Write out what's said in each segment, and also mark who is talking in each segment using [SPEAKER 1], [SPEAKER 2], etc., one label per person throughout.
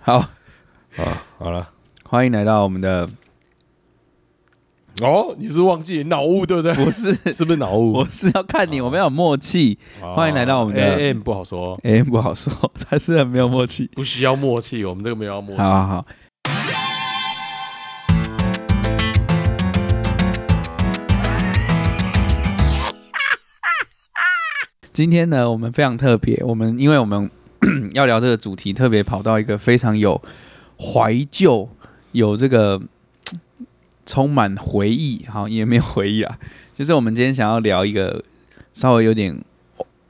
[SPEAKER 1] 好，
[SPEAKER 2] 啊，好了。
[SPEAKER 1] 欢迎来到我们的
[SPEAKER 2] 哦，你是忘记脑雾对不对？
[SPEAKER 1] 不是，
[SPEAKER 2] 是不是脑雾
[SPEAKER 1] 我？是要看你，我们要有默契。
[SPEAKER 2] 啊
[SPEAKER 1] 欢迎来到我们的
[SPEAKER 2] AM，不好说，
[SPEAKER 1] 哎，不好说， 还是很没有默契。
[SPEAKER 2] 不需要默契，我们这个没有要默
[SPEAKER 1] 好
[SPEAKER 2] 契。
[SPEAKER 1] 好好。今天呢，我们非常特别，我们因为我们 要聊这个主题，特别跑到一个非常有怀旧、有这个充满回忆，好也没有回忆啊， 就是我们今天想要聊一个稍微有点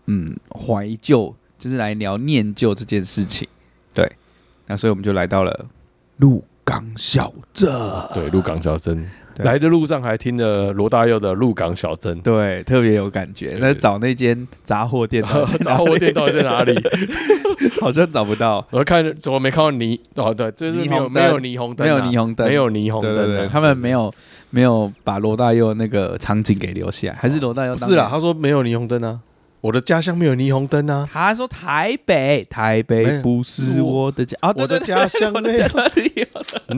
[SPEAKER 1] 嗯怀旧，就是来聊念旧这件事情。对，那所以我们就来到了鹿港小镇，
[SPEAKER 2] 对，鹿港小镇，
[SPEAKER 1] 对
[SPEAKER 2] 来的路上还听了罗大佑的《鹿港小镇》
[SPEAKER 1] 对，特别有感觉。
[SPEAKER 2] 对
[SPEAKER 1] 那找那间杂货店到 底在哪里，
[SPEAKER 2] 杂货店到底在哪里？
[SPEAKER 1] 好像找不到，
[SPEAKER 2] 我看怎么没看到霓哦，对，就是没
[SPEAKER 1] 霓
[SPEAKER 2] 有
[SPEAKER 1] 虹灯
[SPEAKER 2] 没有霓虹灯
[SPEAKER 1] 没有
[SPEAKER 2] 啊，
[SPEAKER 1] 霓虹灯，
[SPEAKER 2] 没有霓虹
[SPEAKER 1] 对
[SPEAKER 2] 灯啊，
[SPEAKER 1] 对对，他们没有没有把罗大佑那个场景给留下来，还是罗大佑
[SPEAKER 2] 不
[SPEAKER 1] 当
[SPEAKER 2] 是啦，
[SPEAKER 1] 年，
[SPEAKER 2] 他说没有霓虹灯啊，我的家乡没有霓虹灯啊，
[SPEAKER 1] 他说台北，台
[SPEAKER 2] 没
[SPEAKER 1] 北
[SPEAKER 2] 有
[SPEAKER 1] 不是我的家，哦，对
[SPEAKER 2] 我的
[SPEAKER 1] 对对
[SPEAKER 2] 家 乡
[SPEAKER 1] 我
[SPEAKER 2] 没
[SPEAKER 1] 的
[SPEAKER 2] 有
[SPEAKER 1] 家，里，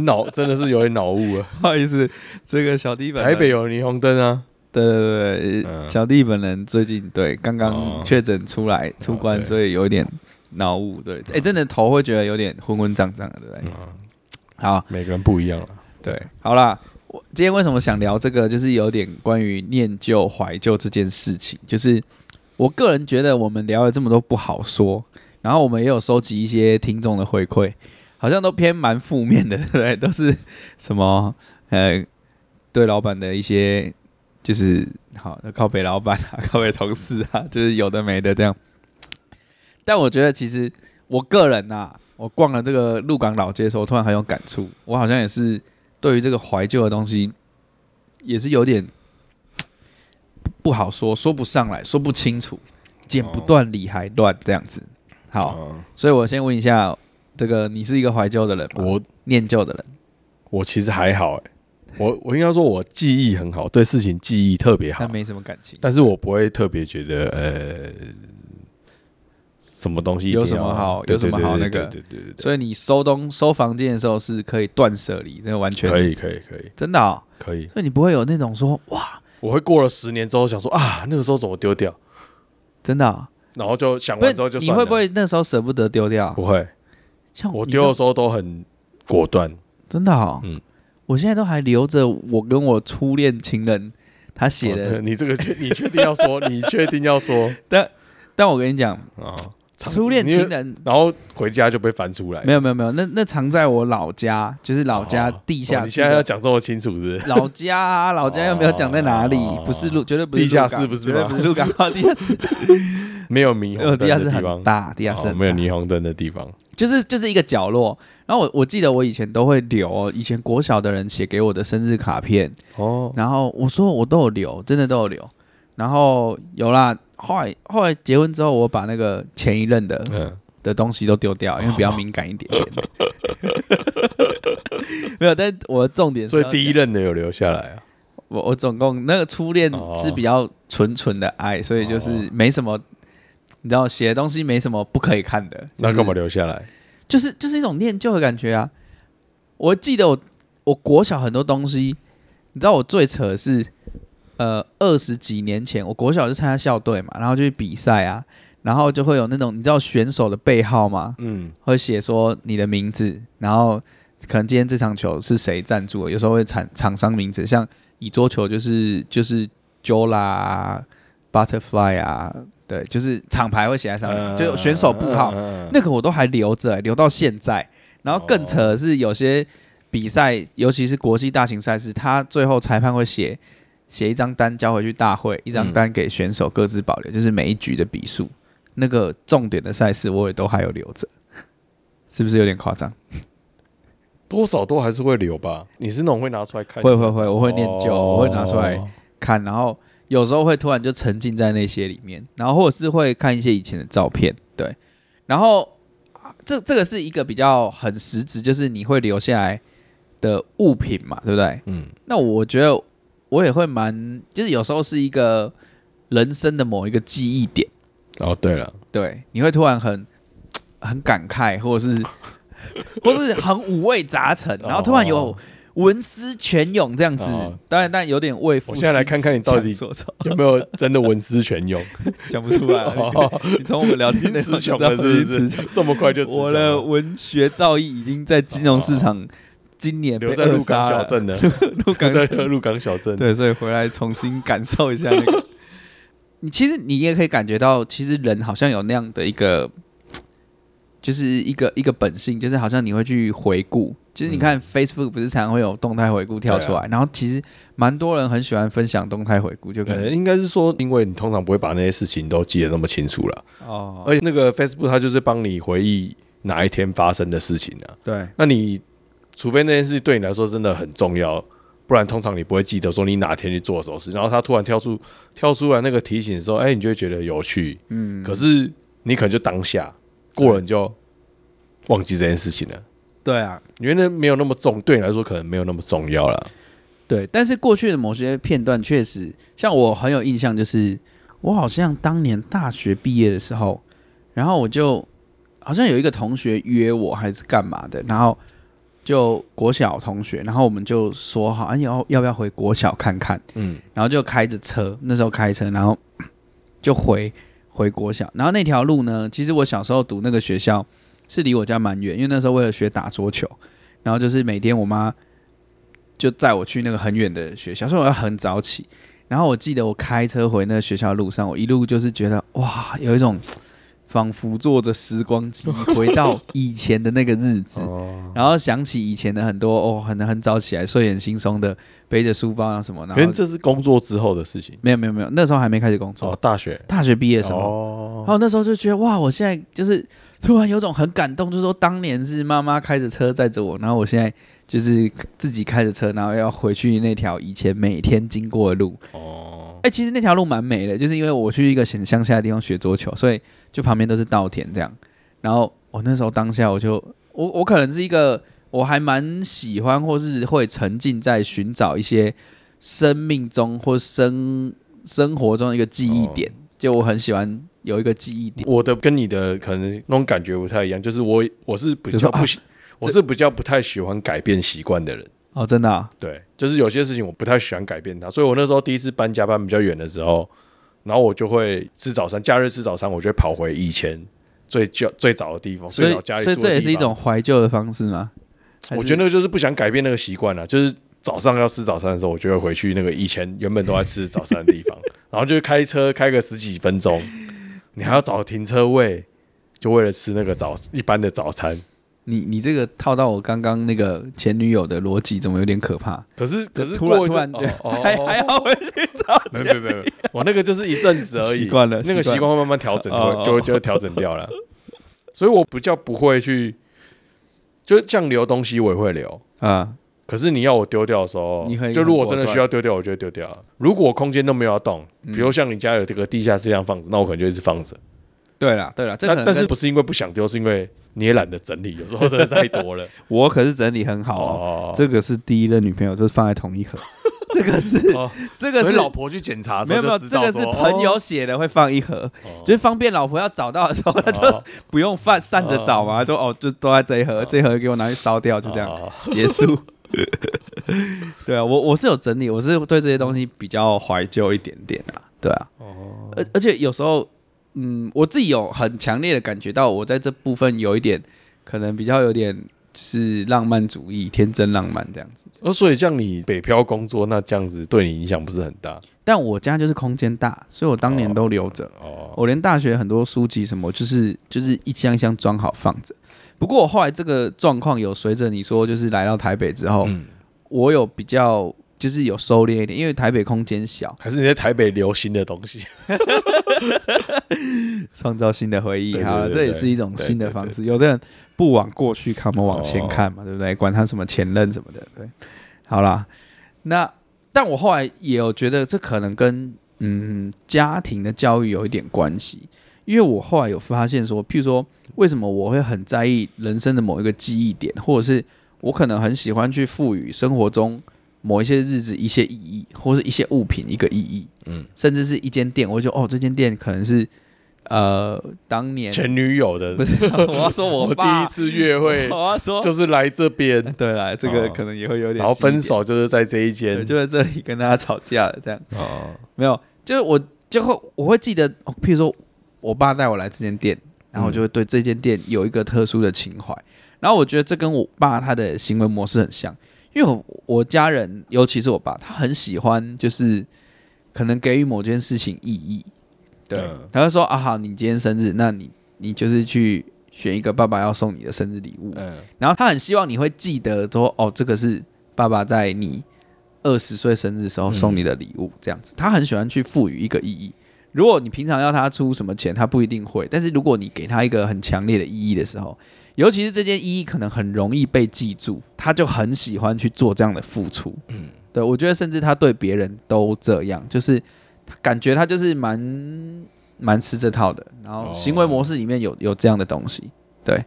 [SPEAKER 2] 脑真的是有点脑雾 啊，
[SPEAKER 1] 不好意思，这个小弟本人
[SPEAKER 2] 台北有霓虹灯啊，
[SPEAKER 1] 对对对，
[SPEAKER 2] 嗯
[SPEAKER 1] 小弟本人最近对刚刚
[SPEAKER 2] 哦
[SPEAKER 1] 确诊出来、出关，
[SPEAKER 2] 对哦
[SPEAKER 1] 所以有一点脑雾。对，哎、真的头会觉得有点昏昏胀胀的，对不对？好，
[SPEAKER 2] 每个人不一样了，
[SPEAKER 1] 对，好啦。我今天为什么想聊这个，就是有点关于念旧怀旧这件事情。就是我个人觉得，我们聊了这么多不好说，然后我们也有收集一些听众的回馈，好像都偏蛮负面的，对不对？都是什么呃，对老板的一些就是好靠北老板啊，靠北同事啊，就是有的没的这样。但我觉得其实我个人呐、我逛了这个鹿港老街的时候，突然很有感触，我好像也是。对于这个怀旧的东西，也是有点不好说，说不上来，说不清楚，剪不断理还乱这样子。好，
[SPEAKER 2] 嗯，
[SPEAKER 1] 所以我先问一下，这个你是一个怀旧的人吗？
[SPEAKER 2] 我
[SPEAKER 1] 念旧的人，
[SPEAKER 2] 我其实还好、欸，我我应该说我记忆很好，对事情记忆特别好
[SPEAKER 1] 但，没什么感情。
[SPEAKER 2] 但是我不会特别觉得呃什么东西一定
[SPEAKER 1] 有什么
[SPEAKER 2] 要
[SPEAKER 1] 好
[SPEAKER 2] 对
[SPEAKER 1] 有什么
[SPEAKER 2] 对对
[SPEAKER 1] 好
[SPEAKER 2] 对
[SPEAKER 1] 那个
[SPEAKER 2] 对对对对
[SPEAKER 1] 所以你收东收房间的时候是可以断舍离，那个完
[SPEAKER 2] 对，
[SPEAKER 1] 全
[SPEAKER 2] 可以可以可以
[SPEAKER 1] 真的、哦，
[SPEAKER 2] 可以，
[SPEAKER 1] 所以你不会有那种说哇，
[SPEAKER 2] 我会过了十年之后想说啊那个时候怎么丢掉，
[SPEAKER 1] 真的、哦，
[SPEAKER 2] 然后就想
[SPEAKER 1] 不
[SPEAKER 2] 完之后就是
[SPEAKER 1] 你
[SPEAKER 2] 算了，
[SPEAKER 1] 会不会那时候舍不得丢掉？
[SPEAKER 2] 不会？
[SPEAKER 1] 像
[SPEAKER 2] 我
[SPEAKER 1] 你
[SPEAKER 2] 丢
[SPEAKER 1] 这
[SPEAKER 2] 的时候都很果断，
[SPEAKER 1] 真的哦，
[SPEAKER 2] 嗯
[SPEAKER 1] 我现在都还留着我跟我初恋情人他写
[SPEAKER 2] 哦
[SPEAKER 1] 的，
[SPEAKER 2] 对你这个确你确定要说，你确定 要说
[SPEAKER 1] 但我跟你讲，
[SPEAKER 2] 啊？藏
[SPEAKER 1] 初恋
[SPEAKER 2] 你
[SPEAKER 1] 情人
[SPEAKER 2] 然后回家就被翻出来，
[SPEAKER 1] 没有没有没有，那那藏在我老家，就是老家
[SPEAKER 2] 哦
[SPEAKER 1] 地
[SPEAKER 2] 哦
[SPEAKER 1] 下
[SPEAKER 2] 你
[SPEAKER 1] 室
[SPEAKER 2] 现在要
[SPEAKER 1] 的。
[SPEAKER 2] 讲这么清楚是不 是？
[SPEAKER 1] 老家啊，老家又没有讲在哪里
[SPEAKER 2] 哦，
[SPEAKER 1] 不是鹿，绝对不是
[SPEAKER 2] 地下
[SPEAKER 1] 鹿港
[SPEAKER 2] 室不是
[SPEAKER 1] 绝对
[SPEAKER 2] 吗
[SPEAKER 1] 不是鹿港， 地下室，
[SPEAKER 2] 没有霓
[SPEAKER 1] 因为我
[SPEAKER 2] 虹
[SPEAKER 1] 地
[SPEAKER 2] 灯
[SPEAKER 1] 下
[SPEAKER 2] 的
[SPEAKER 1] 室
[SPEAKER 2] 地
[SPEAKER 1] 很
[SPEAKER 2] 方，
[SPEAKER 1] 大，地下室
[SPEAKER 2] 哦
[SPEAKER 1] 很
[SPEAKER 2] 没有
[SPEAKER 1] 大
[SPEAKER 2] 霓虹灯的地方，
[SPEAKER 1] 就是就是一个角落。然后我我记得我以前都会留哦，以前国小的人写给我的生日卡片，
[SPEAKER 2] 哦，
[SPEAKER 1] 然后我说我都有留，真的都有留。然后有啦，后来后来结婚之后，我把那个前一任的
[SPEAKER 2] 嗯，
[SPEAKER 1] 的东西都丢掉，因为比较敏感一点点。 没有，但是我的重点是
[SPEAKER 2] 所
[SPEAKER 1] 要
[SPEAKER 2] 以
[SPEAKER 1] 讲，
[SPEAKER 2] 第一任的有留下来啊，
[SPEAKER 1] 我我总共那个初恋
[SPEAKER 2] 哦
[SPEAKER 1] 是比较纯纯的爱，所以就是没什么，你知道写的东西没什么不可以看的。
[SPEAKER 2] 那
[SPEAKER 1] 就是
[SPEAKER 2] 干嘛留下来？
[SPEAKER 1] 就是就是一种念旧的感觉啊！我记得我我国小很多东西，你知道我最扯的是，呃，二十几年前我国小是参加校队嘛，然后就去比赛啊，然后就会有那种你知道选手的背号吗？
[SPEAKER 2] 嗯，
[SPEAKER 1] 会写说你的名字，然后可能今天这场球是谁赞助的，有时候会产厂商名字，像以桌球就是就是 Jola 啊 Butterfly 啊，对，就是厂牌会写在上面，就选手部号。
[SPEAKER 2] 那
[SPEAKER 1] 那个我都还留着、留到现在。然后更扯的是，有些比赛，尤其是国际大型赛事，他最后裁判会写写一张单交回去大会，一张单给选手各自保留，就是每一局的比数。那个重点的赛事，我也都还有留着，是不是有点夸张？
[SPEAKER 2] 多少都还是会留吧？你是那种会拿出来看？
[SPEAKER 1] 会会会，我会念旧，
[SPEAKER 2] 哦
[SPEAKER 1] 我会拿出来看，然后有时候会突然就沉浸在那些里面，然后或者是会看一些以前的照片，对，然后啊这这个是一个比较很实质，就是你会留下来的物品嘛，对不对？
[SPEAKER 2] 嗯，
[SPEAKER 1] 那我觉得我也会蛮，就是有时候是一个人生的某一个记忆点，
[SPEAKER 2] 哦，对了，
[SPEAKER 1] 对，你会突然很很感慨，或者是 或是很五味杂陈，然后突然有
[SPEAKER 2] 哦
[SPEAKER 1] 文思泉涌这样子
[SPEAKER 2] 哦，
[SPEAKER 1] 当然但有点为赋
[SPEAKER 2] 我现在来看看你到底
[SPEAKER 1] 新词强说
[SPEAKER 2] 有没有真的文思 泉涌？
[SPEAKER 1] 愁讲不出来了。
[SPEAKER 2] 哦
[SPEAKER 1] 你你从我们聊天
[SPEAKER 2] 已经
[SPEAKER 1] 内容
[SPEAKER 2] 词
[SPEAKER 1] 就
[SPEAKER 2] 穷
[SPEAKER 1] 知道
[SPEAKER 2] 了是不
[SPEAKER 1] 我已经词
[SPEAKER 2] 是
[SPEAKER 1] 穷？
[SPEAKER 2] 这么快就词穷
[SPEAKER 1] 我
[SPEAKER 2] 了哦
[SPEAKER 1] 的文学造诣已经在金融市场今年被
[SPEAKER 2] 留在鹿
[SPEAKER 1] 扼杀
[SPEAKER 2] 港小
[SPEAKER 1] 了，
[SPEAKER 2] 镇的，
[SPEAKER 1] 鹿港
[SPEAKER 2] 留在鹿港小镇。
[SPEAKER 1] 对，所以回来重新感受一下那个。 你其实你也可以感觉到，其实人好像有那样的一个，就是一个一个本性，就是好像你会去回顾。就是你看 Facebook 不是常常会有动态回顾跳出来，然后其实蛮多人很喜欢分享动态回顾，就可
[SPEAKER 2] 可能
[SPEAKER 1] 能
[SPEAKER 2] 应该是说，因为你通常不会把那些事情都记得那么清楚了，
[SPEAKER 1] 哦，
[SPEAKER 2] 而且那个 Facebook 它就是帮你回忆哪一天发生的事情啊。
[SPEAKER 1] 对
[SPEAKER 2] 那你除非那件事对你来说真的很重要，不然通常你不会记得说你哪天去做什么事。然后它突然跳出跳出来那个提醒的时候，哎、你就会觉得有趣。嗯，可是你可能就当下过了，你就忘记这件事情了。
[SPEAKER 1] 对啊，
[SPEAKER 2] 因为那没有那么重，对你来说可能没有那么重要了。
[SPEAKER 1] 对。但是过去的某些片段确实，像我很有印象，就是我好像当年大学毕业的时候，然后我就好像有一个同学约我还是干嘛的，然后就国小同学，然后我们就说好，哎、要要不要回国小看看？
[SPEAKER 2] 嗯，
[SPEAKER 1] 然后就开着车，那时候开车，然后 就回回国小，然后那条路呢，其实我小时候读那个学校是离我家蛮远，因为那时候为了学打桌球，然后就是每天我妈就载我去那个很远的学校，所以我要很早起。然后我记得我开车回那个学校的路上，我一路就是觉得哇，有一种 仿佛坐着时光机回到以前的那个日子，
[SPEAKER 2] 哦，
[SPEAKER 1] 然后想起以前的很多哦，很很早起来，睡眼惺忪的背着书包啊什么，然
[SPEAKER 2] 可是
[SPEAKER 1] 后
[SPEAKER 2] 这是工作之后的事情。
[SPEAKER 1] 没有没有没有，那时候还没开始工作，
[SPEAKER 2] 哦，大学
[SPEAKER 1] 大学毕业的时候，然
[SPEAKER 2] 哦，
[SPEAKER 1] 后那时候就觉得哇，我现在就是突然有种很感动，就是说当年是妈妈开着车载着我，然后我现在就是自己开着车，然后要回去那条以前每天经过的路。
[SPEAKER 2] 哦，
[SPEAKER 1] 哎、其实那条路蛮美的，就是因为我去一个很乡下的地方学桌球，所以就旁边都是稻田这样。然后我那时候当下我就，我我可能是一个我还蛮喜欢，或是会沉浸在寻找一些生命中或生生活中的一个记忆点，
[SPEAKER 2] 哦
[SPEAKER 1] 就我很喜欢有一个记忆点。
[SPEAKER 2] 我的跟你的可能那种感觉不太一样，哦就是我我是比
[SPEAKER 1] 就说
[SPEAKER 2] 较
[SPEAKER 1] 啊
[SPEAKER 2] 不喜，我是比较不太喜欢改变习惯的人。
[SPEAKER 1] 哦，真的、啊，
[SPEAKER 2] 对，就是有些事情我不太喜欢改变它，所以我那时候第一次搬家搬比较远的时候，然后我就会吃早餐，假日吃早餐，我就会跑回以前最早最早的地方，
[SPEAKER 1] 所
[SPEAKER 2] 最
[SPEAKER 1] 以
[SPEAKER 2] 早家里
[SPEAKER 1] 所以
[SPEAKER 2] 住的
[SPEAKER 1] 这也是
[SPEAKER 2] 地
[SPEAKER 1] 一
[SPEAKER 2] 方
[SPEAKER 1] 种怀旧的方式吗？还
[SPEAKER 2] 我
[SPEAKER 1] 是
[SPEAKER 2] 觉得那个就是不想改变那个习惯了，就是早上要吃早餐的时候，我就会回去那个以前原本都在吃早餐的地方，然后就开车开个十几分钟，你还要找停车位，就为了吃那个早一般的早餐。
[SPEAKER 1] 你你这个套到我刚刚那个前女友的逻辑，怎么有点可怕？
[SPEAKER 2] 可是可是
[SPEAKER 1] 突然
[SPEAKER 2] 过一
[SPEAKER 1] 突然
[SPEAKER 2] 阵
[SPEAKER 1] 觉得
[SPEAKER 2] 哦
[SPEAKER 1] 还
[SPEAKER 2] 哦
[SPEAKER 1] 还要回去找
[SPEAKER 2] 没有没有没有，我那个就是一阵子而已，
[SPEAKER 1] 习惯了
[SPEAKER 2] 那个
[SPEAKER 1] 习惯
[SPEAKER 2] 习惯会慢慢调整，就
[SPEAKER 1] 哦
[SPEAKER 2] 会就会就会调整掉了。所以我比较不会去，就是像留东西我也会留，
[SPEAKER 1] 啊，
[SPEAKER 2] 可是你要我丢掉的时候，
[SPEAKER 1] 你很
[SPEAKER 2] 就如果真的需要丢掉，我就会丢掉。如果空间都没有要动，
[SPEAKER 1] 嗯
[SPEAKER 2] 比如像你家有这个地下室这样放着，那我可能就一直放着。
[SPEAKER 1] 对啦对啦，这可
[SPEAKER 2] 但
[SPEAKER 1] 能
[SPEAKER 2] 但是
[SPEAKER 1] 跟
[SPEAKER 2] 不是因为不想丢，是因为你也懒得整理，有时候真的太多了。
[SPEAKER 1] 我可是整理很好 哦。
[SPEAKER 2] 哦，
[SPEAKER 1] 这个是第一任女朋友，就是放在同一盒。 这个是
[SPEAKER 2] 哦
[SPEAKER 1] 这个
[SPEAKER 2] 所
[SPEAKER 1] 是
[SPEAKER 2] 以老婆去检查的时
[SPEAKER 1] 没有
[SPEAKER 2] 候
[SPEAKER 1] 没有，
[SPEAKER 2] 就知
[SPEAKER 1] 这
[SPEAKER 2] 道
[SPEAKER 1] 个
[SPEAKER 2] 说，
[SPEAKER 1] 是朋友
[SPEAKER 2] 哦
[SPEAKER 1] 写的会放一盒，
[SPEAKER 2] 哦
[SPEAKER 1] 就是方便老婆要找到的时候，她就
[SPEAKER 2] 哦
[SPEAKER 1] 不用散散着找嘛，就哦就都在这一盒，这一盒给我拿去烧掉，就这样
[SPEAKER 2] 哦
[SPEAKER 1] 结束。对啊，我我是有整理，我是对这些东西比较怀旧一点点啊，对啊，
[SPEAKER 2] 哦
[SPEAKER 1] 而而且有时候，嗯，我自己有很强烈的感觉到，我在这部分有一点可能比较有点就是浪漫主义、天真浪漫这样子。
[SPEAKER 2] 哦，所以像你北漂工作，那这样子对你影响不是很大
[SPEAKER 1] 但我家就是空间大，所以我当年都留着。
[SPEAKER 2] 哦。
[SPEAKER 1] 我连大学很多书籍什么，就是就是一箱一箱装好放着。不过我后来这个状况有随着你说，就是来到台北之后，
[SPEAKER 2] 嗯，
[SPEAKER 1] 我有比较就是有收敛一点，因为台北空间小，
[SPEAKER 2] 还是你在台北流行的东 西，
[SPEAKER 1] 创造新的回忆
[SPEAKER 2] 对，对
[SPEAKER 1] 好了，
[SPEAKER 2] 对
[SPEAKER 1] 这也
[SPEAKER 2] 对
[SPEAKER 1] 是一种新的方式。有的人不往过去看，我们往前看嘛，对不对？管他什么前任什么的，对。好啦，那但我后来也有觉得，这可能跟嗯家庭的教育有一点关系，因为我后来有发现说，譬如说，为什么我会很在意人生的某一个记忆点，或者是我可能很喜欢去赋予生活中某一些日子一些意义，或是一些物品一个意义，
[SPEAKER 2] 嗯
[SPEAKER 1] 嗯，甚至是一间店，我就觉得哦，这间店可能是呃当年
[SPEAKER 2] 前女友 的
[SPEAKER 1] 不，是我要说我
[SPEAKER 2] 我第
[SPEAKER 1] 爸
[SPEAKER 2] 一次约会
[SPEAKER 1] 我要说
[SPEAKER 2] 就是来这边，
[SPEAKER 1] 对啦，这个
[SPEAKER 2] 哦
[SPEAKER 1] 可能也会有点
[SPEAKER 2] 然后
[SPEAKER 1] 激烈
[SPEAKER 2] 分，手就是在这一
[SPEAKER 1] 对
[SPEAKER 2] 间
[SPEAKER 1] 就在这里跟大家吵架了这样。
[SPEAKER 2] 哦，
[SPEAKER 1] 没有，就是我就会我会记得，哦譬如说我爸带我来这间店，然后我就会对这间店有一个特殊的情怀。然后我觉得这跟我爸他的行为模式很像，因为我我家人，尤其是我爸，他很喜欢就是可能给予某件事情意义，对，
[SPEAKER 2] 嗯
[SPEAKER 1] 他就说啊好，你今天生日，那你你就是去选一个爸爸要送你的生日礼物，
[SPEAKER 2] 嗯
[SPEAKER 1] 然后他很希望你会记得说，哦，这个是爸爸在你二十岁生日的时候送你的礼物，这样子。他很喜欢去赋予一个意义。如果你平常要他出什么钱，他不一定会，但是如果你给他一个很强烈的意义的时候，尤其是这件意义可能很容易被记住，他就很喜欢去做这样的付出。嗯，对，我觉得甚至他对别人都这样，就是他感觉他就是蛮蛮吃这套的，然后
[SPEAKER 2] 哦
[SPEAKER 1] 行为模式里面有有这样的东西，
[SPEAKER 2] 对，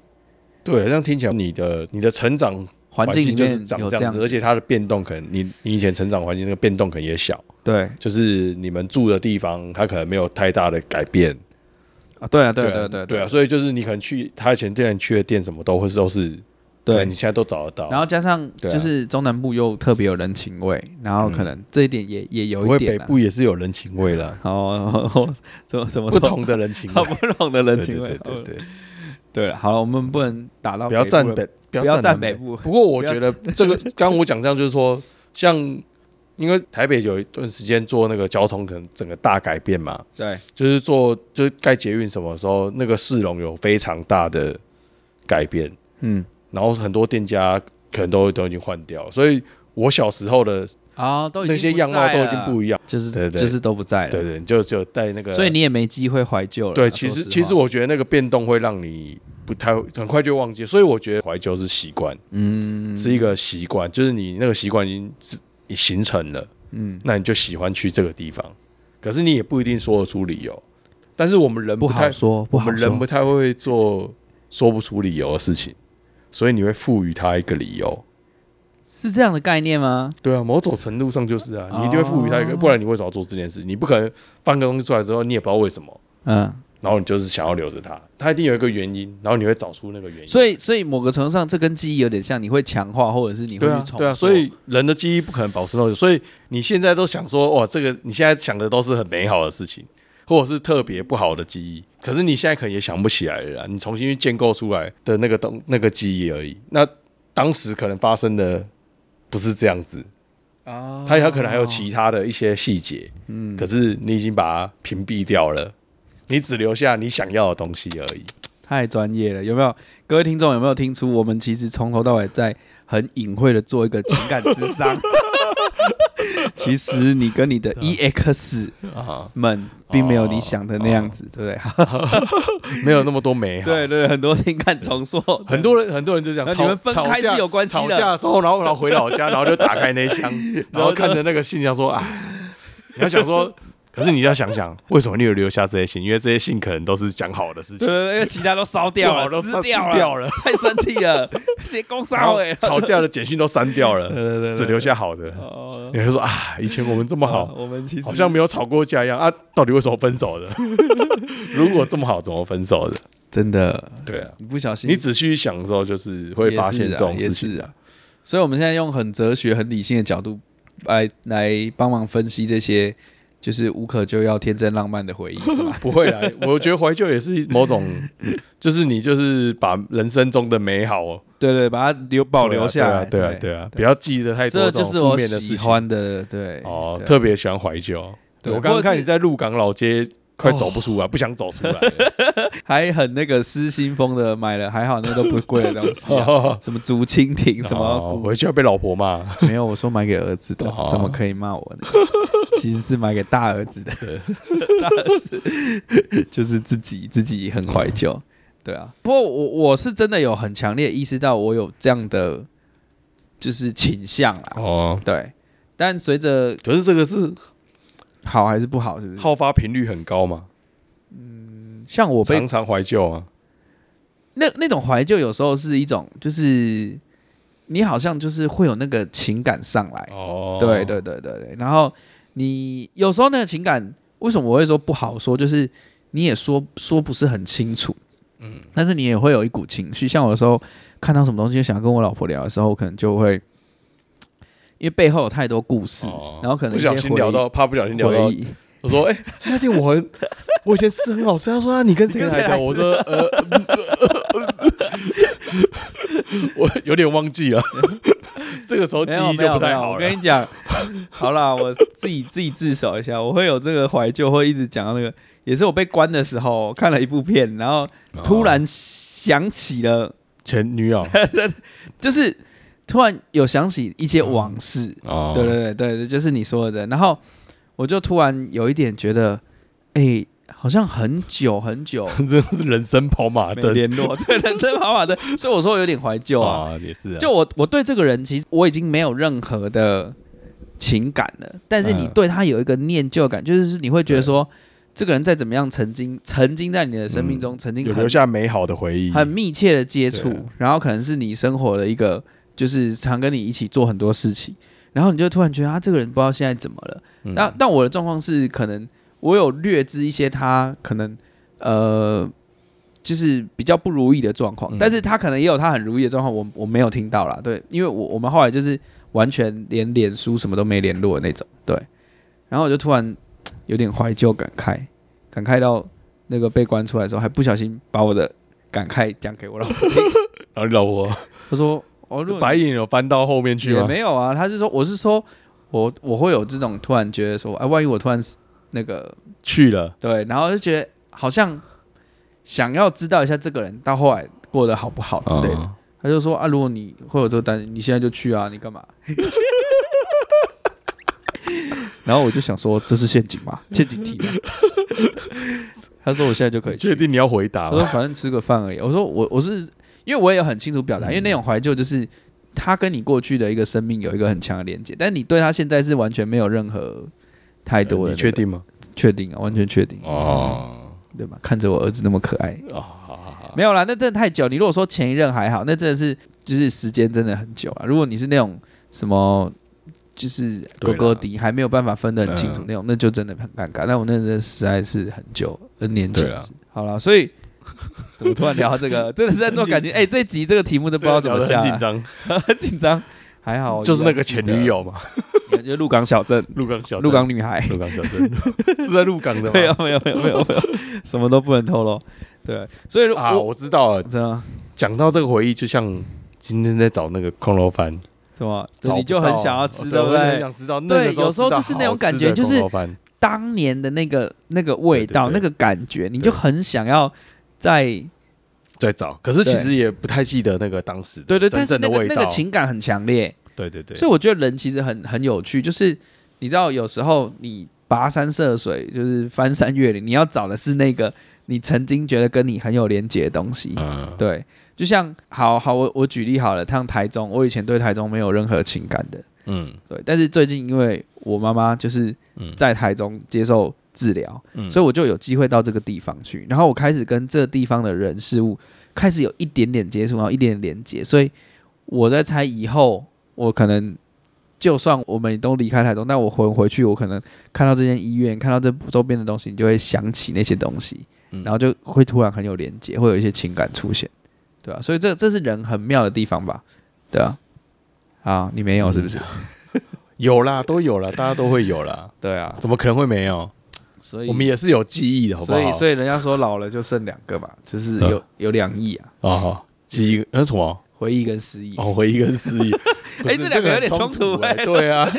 [SPEAKER 2] 这样听起来你的你的成长
[SPEAKER 1] 环境里
[SPEAKER 2] 就
[SPEAKER 1] 面
[SPEAKER 2] 是长
[SPEAKER 1] 有
[SPEAKER 2] 这
[SPEAKER 1] 这样
[SPEAKER 2] 样子，而且它的变动可能你你以前成长环境那个变动可能也小，
[SPEAKER 1] 对
[SPEAKER 2] 就是你们住的地方它可能没有太大的改变，
[SPEAKER 1] 啊，对啊，对啊对
[SPEAKER 2] 啊
[SPEAKER 1] 啊对啊
[SPEAKER 2] 对啊，所以就是你可能去他以前店去的店什么都会都是，
[SPEAKER 1] 对
[SPEAKER 2] 你现在都找得到，
[SPEAKER 1] 然后加上
[SPEAKER 2] 对啊
[SPEAKER 1] 就是中南部又特别有人情味，然后可能这一点也也
[SPEAKER 2] 不
[SPEAKER 1] 有
[SPEAKER 2] 会
[SPEAKER 1] 一
[SPEAKER 2] 北
[SPEAKER 1] 点啊啦。
[SPEAKER 2] 部也是有人情味 啦，
[SPEAKER 1] 哦，怎么怎么
[SPEAKER 2] 不
[SPEAKER 1] 说
[SPEAKER 2] 同的人情味
[SPEAKER 1] 好，不同的人情味，
[SPEAKER 2] 对对对对对，
[SPEAKER 1] 对了，好了，我们不能打到
[SPEAKER 2] 不要
[SPEAKER 1] 部
[SPEAKER 2] 站
[SPEAKER 1] 了
[SPEAKER 2] 北，不
[SPEAKER 1] 不要站
[SPEAKER 2] 站
[SPEAKER 1] 北
[SPEAKER 2] 北
[SPEAKER 1] 部
[SPEAKER 2] 不过我觉得 这个，刚刚我讲这样就是说，像因为台北有一段时间做那个交通，可能整个大改变嘛，
[SPEAKER 1] 对
[SPEAKER 2] 就是做就是盖捷运什么时候，那个市容有非常大的改变，
[SPEAKER 1] 嗯
[SPEAKER 2] 然后很多店家可能都都已经换掉了，所以我小时候的
[SPEAKER 1] 啊，都已经
[SPEAKER 2] 那些
[SPEAKER 1] 不
[SPEAKER 2] 样貌
[SPEAKER 1] 在
[SPEAKER 2] 都已经
[SPEAKER 1] 了
[SPEAKER 2] 不一样，
[SPEAKER 1] 就是
[SPEAKER 2] 对对
[SPEAKER 1] 就是都不在了，
[SPEAKER 2] 对对，你就只有带那个，
[SPEAKER 1] 所以你也啊没机会怀旧了啦。
[SPEAKER 2] 对，其
[SPEAKER 1] 说
[SPEAKER 2] 实
[SPEAKER 1] 实
[SPEAKER 2] 其
[SPEAKER 1] 话
[SPEAKER 2] 实我觉得那个变动会让你不太很快就忘记，所以我觉得怀旧是习惯，嗯，是一个习惯，就是你那个习惯已经自已形成了，嗯，那你就喜欢去这个地方，可是你也不一定说得出理由，但是我们人
[SPEAKER 1] 不
[SPEAKER 2] 太
[SPEAKER 1] 好，说，不
[SPEAKER 2] 我
[SPEAKER 1] 好
[SPEAKER 2] 们人
[SPEAKER 1] 说
[SPEAKER 2] 不，太会做说不出理由的事情，所以你会赋予它一个理由。
[SPEAKER 1] 是这样的概念吗？
[SPEAKER 2] 对啊，某种程度上就是啊，你一定会赋予它
[SPEAKER 1] 哦
[SPEAKER 2] 一个，不然你为什么要做这件事？你不可能放个东西出来之后，你也不知道为什么，
[SPEAKER 1] 嗯，
[SPEAKER 2] 然后你就是想要留着它，它一定有一个原因，然后你会找出那个原因。
[SPEAKER 1] 所
[SPEAKER 2] 以
[SPEAKER 1] 以所以某个程度上，这跟记忆有点像，你会强化，或者是你会
[SPEAKER 2] 对
[SPEAKER 1] 去
[SPEAKER 2] 啊，
[SPEAKER 1] 重
[SPEAKER 2] 对啊，
[SPEAKER 1] 塑
[SPEAKER 2] 所以人的记忆不可能保持那么久，所以你现在都想说，哇，这个你现在想的都是很美好的事情，或者是特别不好的记忆，可是你现在可能也想不起来了啦，你重新去建构出来的那个东那个记忆而已。那当时可能发生的不是这样子，
[SPEAKER 1] 啊
[SPEAKER 2] 它它可能还有其他的一些细节，嗯，可是你已经把它屏蔽掉了，你只留下你想要的东西而已。
[SPEAKER 1] 太专业了，有没有？各位听众有没有听出？我们其实从头到尾在很隐晦的做一个情感智 商。其实你跟你的 EX
[SPEAKER 2] 啊，
[SPEAKER 1] 们并没有你想的那样子，
[SPEAKER 2] 哦
[SPEAKER 1] 对不对？
[SPEAKER 2] 没有那么多美好。
[SPEAKER 1] 对对，很多情感重 塑，
[SPEAKER 2] 很多人很多人就讲
[SPEAKER 1] 那，你
[SPEAKER 2] 吵
[SPEAKER 1] 们分
[SPEAKER 2] 吵
[SPEAKER 1] 开
[SPEAKER 2] 架
[SPEAKER 1] 是有关系
[SPEAKER 2] 吵
[SPEAKER 1] 的
[SPEAKER 2] 架的时候，然后然后回老家，然后就打开那一 箱，然后看着那个信箱说啊，你要想说，可是你要想想，为什么你有留下这些信？因为这些信可能都是讲好的事
[SPEAKER 1] 对对
[SPEAKER 2] 情，
[SPEAKER 1] 对，因为其他都烧掉
[SPEAKER 2] 不好
[SPEAKER 1] 了，
[SPEAKER 2] 都
[SPEAKER 1] 撕
[SPEAKER 2] 撕
[SPEAKER 1] 掉
[SPEAKER 2] 啊掉了，
[SPEAKER 1] 太生气了， 写公
[SPEAKER 2] 然
[SPEAKER 1] 烧
[SPEAKER 2] 后
[SPEAKER 1] 哎，
[SPEAKER 2] 吵架的简讯都删掉了，
[SPEAKER 1] 对对对，
[SPEAKER 2] 只留下好的。
[SPEAKER 1] 哦
[SPEAKER 2] 你还说啊，以前我们这么好，
[SPEAKER 1] 我们其实
[SPEAKER 2] 好像没有吵过架一样啊，到底为什么分 手的？如果这么好，怎么分手的？
[SPEAKER 1] 真的，
[SPEAKER 2] 对啊，
[SPEAKER 1] 你不小心
[SPEAKER 2] 你仔细想的时候，就是会发现这种
[SPEAKER 1] 也
[SPEAKER 2] 事
[SPEAKER 1] 是啊也
[SPEAKER 2] 情
[SPEAKER 1] 是啊。所以我们现在用很哲学、很理性的角度来来帮忙分析这些，就是无可救药、天真浪漫的回忆， 是吧？
[SPEAKER 2] 不会啦，我觉得怀旧也是 某种，就是你就是把人生中的美好哦
[SPEAKER 1] 对对，把它留保留下来，
[SPEAKER 2] 对啊，对啊，对啊，不要记得太多
[SPEAKER 1] 这
[SPEAKER 2] 这
[SPEAKER 1] 就
[SPEAKER 2] 种
[SPEAKER 1] 是
[SPEAKER 2] 负
[SPEAKER 1] 我
[SPEAKER 2] 面的事
[SPEAKER 1] 喜
[SPEAKER 2] 情。
[SPEAKER 1] 欢的，对
[SPEAKER 2] 哦，
[SPEAKER 1] 对
[SPEAKER 2] 特别喜欢怀旧。
[SPEAKER 1] 对
[SPEAKER 2] 我刚
[SPEAKER 1] 或者
[SPEAKER 2] 刚
[SPEAKER 1] 是
[SPEAKER 2] 看你在鹿港老街快走不
[SPEAKER 1] 哦
[SPEAKER 2] 出来，不想走出来。
[SPEAKER 1] 还很那个失心疯的买了，还好那都不贵的东西 啊、
[SPEAKER 2] 哦
[SPEAKER 1] 什么竹蜻蜓， 什么
[SPEAKER 2] 哦
[SPEAKER 1] 古
[SPEAKER 2] 回去要被老婆骂。
[SPEAKER 1] 没有，我说买给儿子的
[SPEAKER 2] 哦，
[SPEAKER 1] 怎么可以骂我 呢？其实是买给大儿子的，大儿子 就是自己自己很怀旧，对啊。不过我我是真的有很强烈意识到我有这样的就是倾向啦，
[SPEAKER 2] 哦，
[SPEAKER 1] 对。但随着
[SPEAKER 2] 可是这个是
[SPEAKER 1] 好还是不好，是不是？
[SPEAKER 2] 好发频率很高嘛，
[SPEAKER 1] 像我被
[SPEAKER 2] 常常怀旧啊。
[SPEAKER 1] 那那种怀旧，有时候是一种就是你好像就是会有那个情感上来，
[SPEAKER 2] 哦，
[SPEAKER 1] 对，对对对对。然后你有时候那个情感，为什么我会说不好说？就是你也说说不是很清楚，嗯，但是你也会有一股情绪。像我有时候看到什么东西想要跟我老婆聊的时候，我可能就会，因为背后有太多故事，
[SPEAKER 2] 哦
[SPEAKER 1] 然后可能
[SPEAKER 2] 不
[SPEAKER 1] 一些
[SPEAKER 2] 小心聊到，怕不小心聊到
[SPEAKER 1] 回，忆，
[SPEAKER 2] 我说哎，这家店我很，我以前吃很好吃。他说啊，你跟谁
[SPEAKER 1] 你跟谁
[SPEAKER 2] 来的？
[SPEAKER 1] 来
[SPEAKER 2] 我说呃，嗯呃我有点忘记了，这个时候记
[SPEAKER 1] 没有
[SPEAKER 2] 忆
[SPEAKER 1] 没
[SPEAKER 2] 就
[SPEAKER 1] 有
[SPEAKER 2] 不
[SPEAKER 1] 没
[SPEAKER 2] 太
[SPEAKER 1] 有，
[SPEAKER 2] 好
[SPEAKER 1] 我
[SPEAKER 2] 了
[SPEAKER 1] 跟。你讲， 好啦，我自己自己自首一下，我会有这个怀旧，会一直讲到那个，也是我被关的时候看了一部片，然后
[SPEAKER 2] 哦
[SPEAKER 1] 突然想起了，
[SPEAKER 2] 前女友
[SPEAKER 1] 就是突然有想起一些往事，
[SPEAKER 2] 哦
[SPEAKER 1] 对对对对对，就是你说的。然后我就突然有一点觉得，哎、好像很久很久
[SPEAKER 2] 真的是人生跑马
[SPEAKER 1] 没
[SPEAKER 2] 灯
[SPEAKER 1] 联络，对，人生跑马灯，所以我说我有点怀旧啊。
[SPEAKER 2] 啊，也是啊
[SPEAKER 1] 就我我对这个人，其实我已经没有任何的情感了，但是你
[SPEAKER 2] 嗯
[SPEAKER 1] 对他有一个念旧感，就是你会觉得说，这个人再怎么样，曾经曾经在你的生命中，曾经
[SPEAKER 2] 嗯有
[SPEAKER 1] 很
[SPEAKER 2] 留下美好的回忆，
[SPEAKER 1] 很密切的接触
[SPEAKER 2] 对啊，
[SPEAKER 1] 然后可能是你生活的一个，就是常跟你一起做很多事情，然后你就突然觉得啊，这个人不知道现在怎么了。
[SPEAKER 2] 嗯
[SPEAKER 1] 但但我的状况是，可能我有略知一些他可能呃，就是比较不如意的状况，
[SPEAKER 2] 嗯
[SPEAKER 1] 但是他可能也有他很如意的状况，我我没有听到啦。对，因为我我们后来就是完全连脸书什么都没联络的那种，对。然后我就突然有点怀旧感慨，感慨到那个被关出来的时候，还不小心把我的感慨讲给我老 婆听，
[SPEAKER 2] 然后你老婆
[SPEAKER 1] 他说：“哦，如果你
[SPEAKER 2] 白眼有翻到后面去
[SPEAKER 1] 也
[SPEAKER 2] 吗？
[SPEAKER 1] 没有啊，他是说，我是说我我会有这种突然觉得说，哎、万一我突然死那个
[SPEAKER 2] 去了，
[SPEAKER 1] 对，然后就觉得好像想要知道一下这个人到后来过得好不好之类的。
[SPEAKER 2] 嗯
[SPEAKER 1] 他就说啊，如果你会有这个担心，你现在就去啊，你干嘛？ 然后我就想说，这是陷阱 吗？陷阱题吗？他说我现在就可以
[SPEAKER 2] 你
[SPEAKER 1] 去
[SPEAKER 2] 确。定你要回答
[SPEAKER 1] 我说
[SPEAKER 2] 吗？
[SPEAKER 1] 反正吃个饭而已。我说我我是因为我也很清楚表
[SPEAKER 2] 嗯
[SPEAKER 1] 达，因为那种怀旧就是他跟你过去的一个生命有一个很强的连接，但你对他现在是完全没有任何太多的、
[SPEAKER 2] 呃你确？定吗？
[SPEAKER 1] 确定啊，完全确定，
[SPEAKER 2] 哦，
[SPEAKER 1] 对吧？看着我儿子那么可爱，
[SPEAKER 2] 啊，好好好，
[SPEAKER 1] 没有啦，那真的太久。你如果说前一任还好，那真的是就是时间真的很久啊。如果你是那种什么。就是哥
[SPEAKER 2] 对啦
[SPEAKER 1] 哥底还没有办法分得很清楚
[SPEAKER 2] 嗯
[SPEAKER 1] 那种，那就真的很尴尬。但我那阵实在是很久，很年轻
[SPEAKER 2] 对啦。
[SPEAKER 1] 好了，所以怎么突然聊到这个？真的是在做感情。哎、这一集这个题目都不知道怎么
[SPEAKER 2] 这个
[SPEAKER 1] 下，
[SPEAKER 2] 聊得很紧张，
[SPEAKER 1] 很紧张。还好，
[SPEAKER 2] 就是那个前女，友嘛，
[SPEAKER 1] 就是鹿港小镇，
[SPEAKER 2] 鹿港小镇
[SPEAKER 1] 鹿港女啊孩。
[SPEAKER 2] 鹿港小镇 是在 鹿港的
[SPEAKER 1] 没有
[SPEAKER 2] 吗？
[SPEAKER 1] 没有没有没有没有，什么都不能透露。对，所以如
[SPEAKER 2] 啊，
[SPEAKER 1] 我
[SPEAKER 2] 我知道了。
[SPEAKER 1] 这样
[SPEAKER 2] 讲到这个回忆，就像今天在找那个空楼饭，
[SPEAKER 1] 怎么
[SPEAKER 2] 找不
[SPEAKER 1] 你就很
[SPEAKER 2] 到啊
[SPEAKER 1] 想要吃，
[SPEAKER 2] 对
[SPEAKER 1] 不
[SPEAKER 2] 我很
[SPEAKER 1] 啊对？
[SPEAKER 2] 想知道那
[SPEAKER 1] 对
[SPEAKER 2] 个
[SPEAKER 1] 有时候
[SPEAKER 2] 吃
[SPEAKER 1] 就
[SPEAKER 2] 到
[SPEAKER 1] 是那种
[SPEAKER 2] 好吃
[SPEAKER 1] 感觉
[SPEAKER 2] 的
[SPEAKER 1] 就是
[SPEAKER 2] 空楼饭
[SPEAKER 1] 当年的那个那个味道，
[SPEAKER 2] 对对对
[SPEAKER 1] 那个感觉，你就
[SPEAKER 2] 对
[SPEAKER 1] 很想要在
[SPEAKER 2] 在找，可是其
[SPEAKER 1] 对
[SPEAKER 2] 实也不太记得那个当时的
[SPEAKER 1] 对对，但
[SPEAKER 2] 真
[SPEAKER 1] 是
[SPEAKER 2] 正
[SPEAKER 1] 那
[SPEAKER 2] 的
[SPEAKER 1] 个
[SPEAKER 2] 味
[SPEAKER 1] 那
[SPEAKER 2] 道。
[SPEAKER 1] 个情感很强烈。
[SPEAKER 2] 对对对，
[SPEAKER 1] 所以我觉得人其实很很有趣，就是你知道，有时候你跋山涉水，就是翻山越岭，你要找的是那个你曾经觉得跟你很有连结的东西。
[SPEAKER 2] 嗯，
[SPEAKER 1] 对，就像好好，我我举例好了，像台中，我以前对台中没有任何情感的，
[SPEAKER 2] 嗯
[SPEAKER 1] 对，但是最近因为我妈妈就是
[SPEAKER 2] 嗯
[SPEAKER 1] 在台中接受治疗，
[SPEAKER 2] 嗯
[SPEAKER 1] 所以我就有机会到这个地方去，然后我开始跟这地方的人事物开始有一点点接触，然后一点点连接，所以我在猜以后我可能就算我们都离开台中，但我回回去，我可能看到这间医院，看到这周边的东西，你就会想起那些东西，
[SPEAKER 2] 嗯
[SPEAKER 1] 然后就会突然很有连接，会有一些情感出现，对吧、啊所以这这是人很妙的地方吧，对啊，啊，你没有是不是？
[SPEAKER 2] 有啦，都有啦，大家都会有啦，
[SPEAKER 1] 对啊，
[SPEAKER 2] 怎么可能会没有？
[SPEAKER 1] 所以
[SPEAKER 2] 我们也是有记忆的，好不
[SPEAKER 1] 所
[SPEAKER 2] 好？
[SPEAKER 1] 以所
[SPEAKER 2] 以
[SPEAKER 1] 以人家说老了就剩两个嘛，就是
[SPEAKER 2] 嗯
[SPEAKER 1] 有、 有两亿啊，
[SPEAKER 2] 哦，记忆那什么，
[SPEAKER 1] 回忆跟失忆。
[SPEAKER 2] 哦，回忆跟 失忆，不是
[SPEAKER 1] 哎这两个有点
[SPEAKER 2] 很
[SPEAKER 1] 冲突
[SPEAKER 2] 哎
[SPEAKER 1] 哎
[SPEAKER 2] 对啊，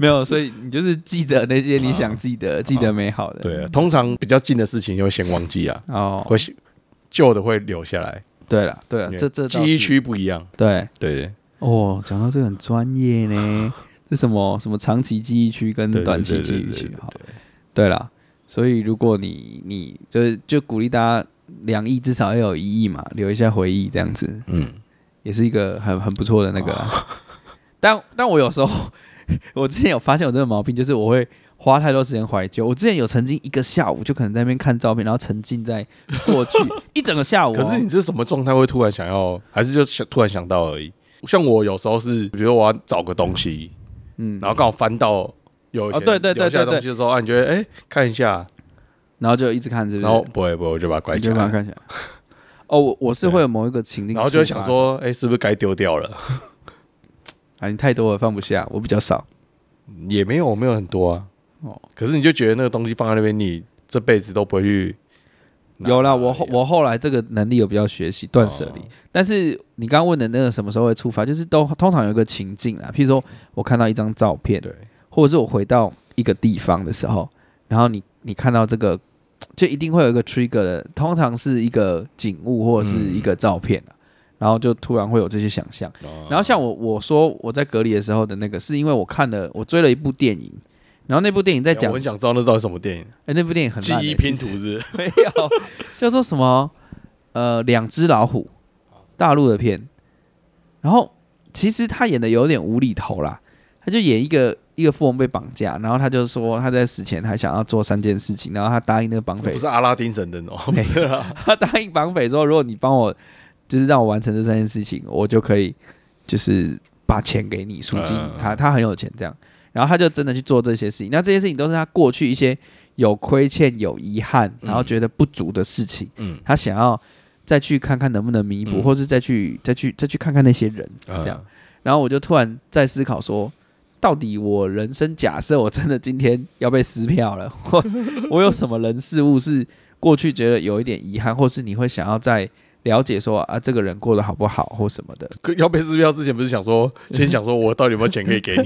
[SPEAKER 1] 没有，所以你就是记得那些你想记得、记得美好的。
[SPEAKER 2] 对啊，通常比较近的事情就会先忘记啊，
[SPEAKER 1] 哦，
[SPEAKER 2] 会旧的会留下来，
[SPEAKER 1] 对了，对了，啊这这
[SPEAKER 2] 记
[SPEAKER 1] 倒
[SPEAKER 2] 忆
[SPEAKER 1] 是
[SPEAKER 2] 区不一样，
[SPEAKER 1] 对
[SPEAKER 2] 对
[SPEAKER 1] 哦，讲到这个很专业 呢，这什么什么长期记忆区跟
[SPEAKER 2] 对，
[SPEAKER 1] 嗯短期
[SPEAKER 2] 对
[SPEAKER 1] 记
[SPEAKER 2] 对
[SPEAKER 1] 忆
[SPEAKER 2] 对
[SPEAKER 1] 区
[SPEAKER 2] 对对
[SPEAKER 1] 哈。
[SPEAKER 2] 对
[SPEAKER 1] 对啦，所以如果你你就是就鼓励大家两亿至少要有一亿嘛，留一下回忆这样子。
[SPEAKER 2] 嗯，哦
[SPEAKER 1] 也是一个很很不错的那个啦。 但但我有时候， 我之前有发现我这个毛病，就是我会花太多时间怀旧。我之前有曾经一个下午就可能在那边看照片，然后沉浸在过 去一整个下午、哦。
[SPEAKER 2] 可是你这什么状态会突然想要，还是就想突然想到而已？像我有时候是，比如说我要找个东西，
[SPEAKER 1] 嗯
[SPEAKER 2] 然后刚好翻到有
[SPEAKER 1] 哦对对对
[SPEAKER 2] 留下
[SPEAKER 1] 对
[SPEAKER 2] 的
[SPEAKER 1] 对
[SPEAKER 2] 东西的时候，啊，你觉得哎、看一下，
[SPEAKER 1] 然后就一直看，是不是？
[SPEAKER 2] 然后不会不会，我就把它拐
[SPEAKER 1] 你
[SPEAKER 2] 起
[SPEAKER 1] 就把它
[SPEAKER 2] 来，
[SPEAKER 1] 看起来。哦，我我是
[SPEAKER 2] 对
[SPEAKER 1] 会有某一个情境，
[SPEAKER 2] 然后就会想，说，哎，是不是该丢掉了？
[SPEAKER 1] 啊，你太多了，放不下，我比较少。
[SPEAKER 2] 也没有，没有很多啊。
[SPEAKER 1] 哦
[SPEAKER 2] 哦，可是你就觉得那个东西放在那边，你这辈子都不会去拿它而已啊。
[SPEAKER 1] 有啦，我后我后来这个能力有比较学习断舍离，
[SPEAKER 2] 哦
[SPEAKER 1] 但是你刚刚问的那个什么时候会触发，就是都通常有一个情境啊，譬如说我看到一张照片，
[SPEAKER 2] 对，
[SPEAKER 1] 或者是我回到一个地方的时候，然后你你看到这个，就一定会有一个 trigger 的，通常是一个景物或者是一
[SPEAKER 2] 嗯
[SPEAKER 1] 个照片、啊然后就突然会有这些想象。
[SPEAKER 2] 哦
[SPEAKER 1] 然后像我我说我在隔离的时候的那个，是因为我看了我追了一部电影，然后那部电影在
[SPEAKER 2] 哎
[SPEAKER 1] 讲
[SPEAKER 2] 我很，想知道那到底什么电影，
[SPEAKER 1] 哎，那部电影很
[SPEAKER 2] 记
[SPEAKER 1] 烂
[SPEAKER 2] 忆
[SPEAKER 1] 欸
[SPEAKER 2] 拼
[SPEAKER 1] 其
[SPEAKER 2] 图
[SPEAKER 1] 实
[SPEAKER 2] 是不
[SPEAKER 1] 没
[SPEAKER 2] 是？
[SPEAKER 1] 有，叫做什么呃，两只老虎，大陆的片。然后其实他演的有点无厘头啦，他就演一个一个富翁被绑架，然后他就说他在死前还想要做三件事情，然后他答应那个绑匪
[SPEAKER 2] 不，是阿拉丁 神灯哦，不是啊，
[SPEAKER 1] 他答应绑匪说，如果你帮我就是让我完成这三件事情，我就可以就是把钱给你赎金
[SPEAKER 2] 嗯嗯嗯。
[SPEAKER 1] 他他很有钱这样，然后他就真的去做这些事情。那这些事情都是他过去一些有亏欠、有遗憾，然后觉得不足的事情。
[SPEAKER 2] 嗯
[SPEAKER 1] 他想要再去看看能不能弥补，
[SPEAKER 2] 嗯
[SPEAKER 1] 或是再去再去再去看看那些人。这
[SPEAKER 2] 这
[SPEAKER 1] 样然后我就突然在思考说，到底我人生假设我真的今天要被撕票了， 我我有什么人事物是过去觉得有一点遗憾，或是你会想要再了解说啊这个人过得好不好或什么的？
[SPEAKER 2] 要被撕票之前，不是想说先想说我到底有没有钱可 以给你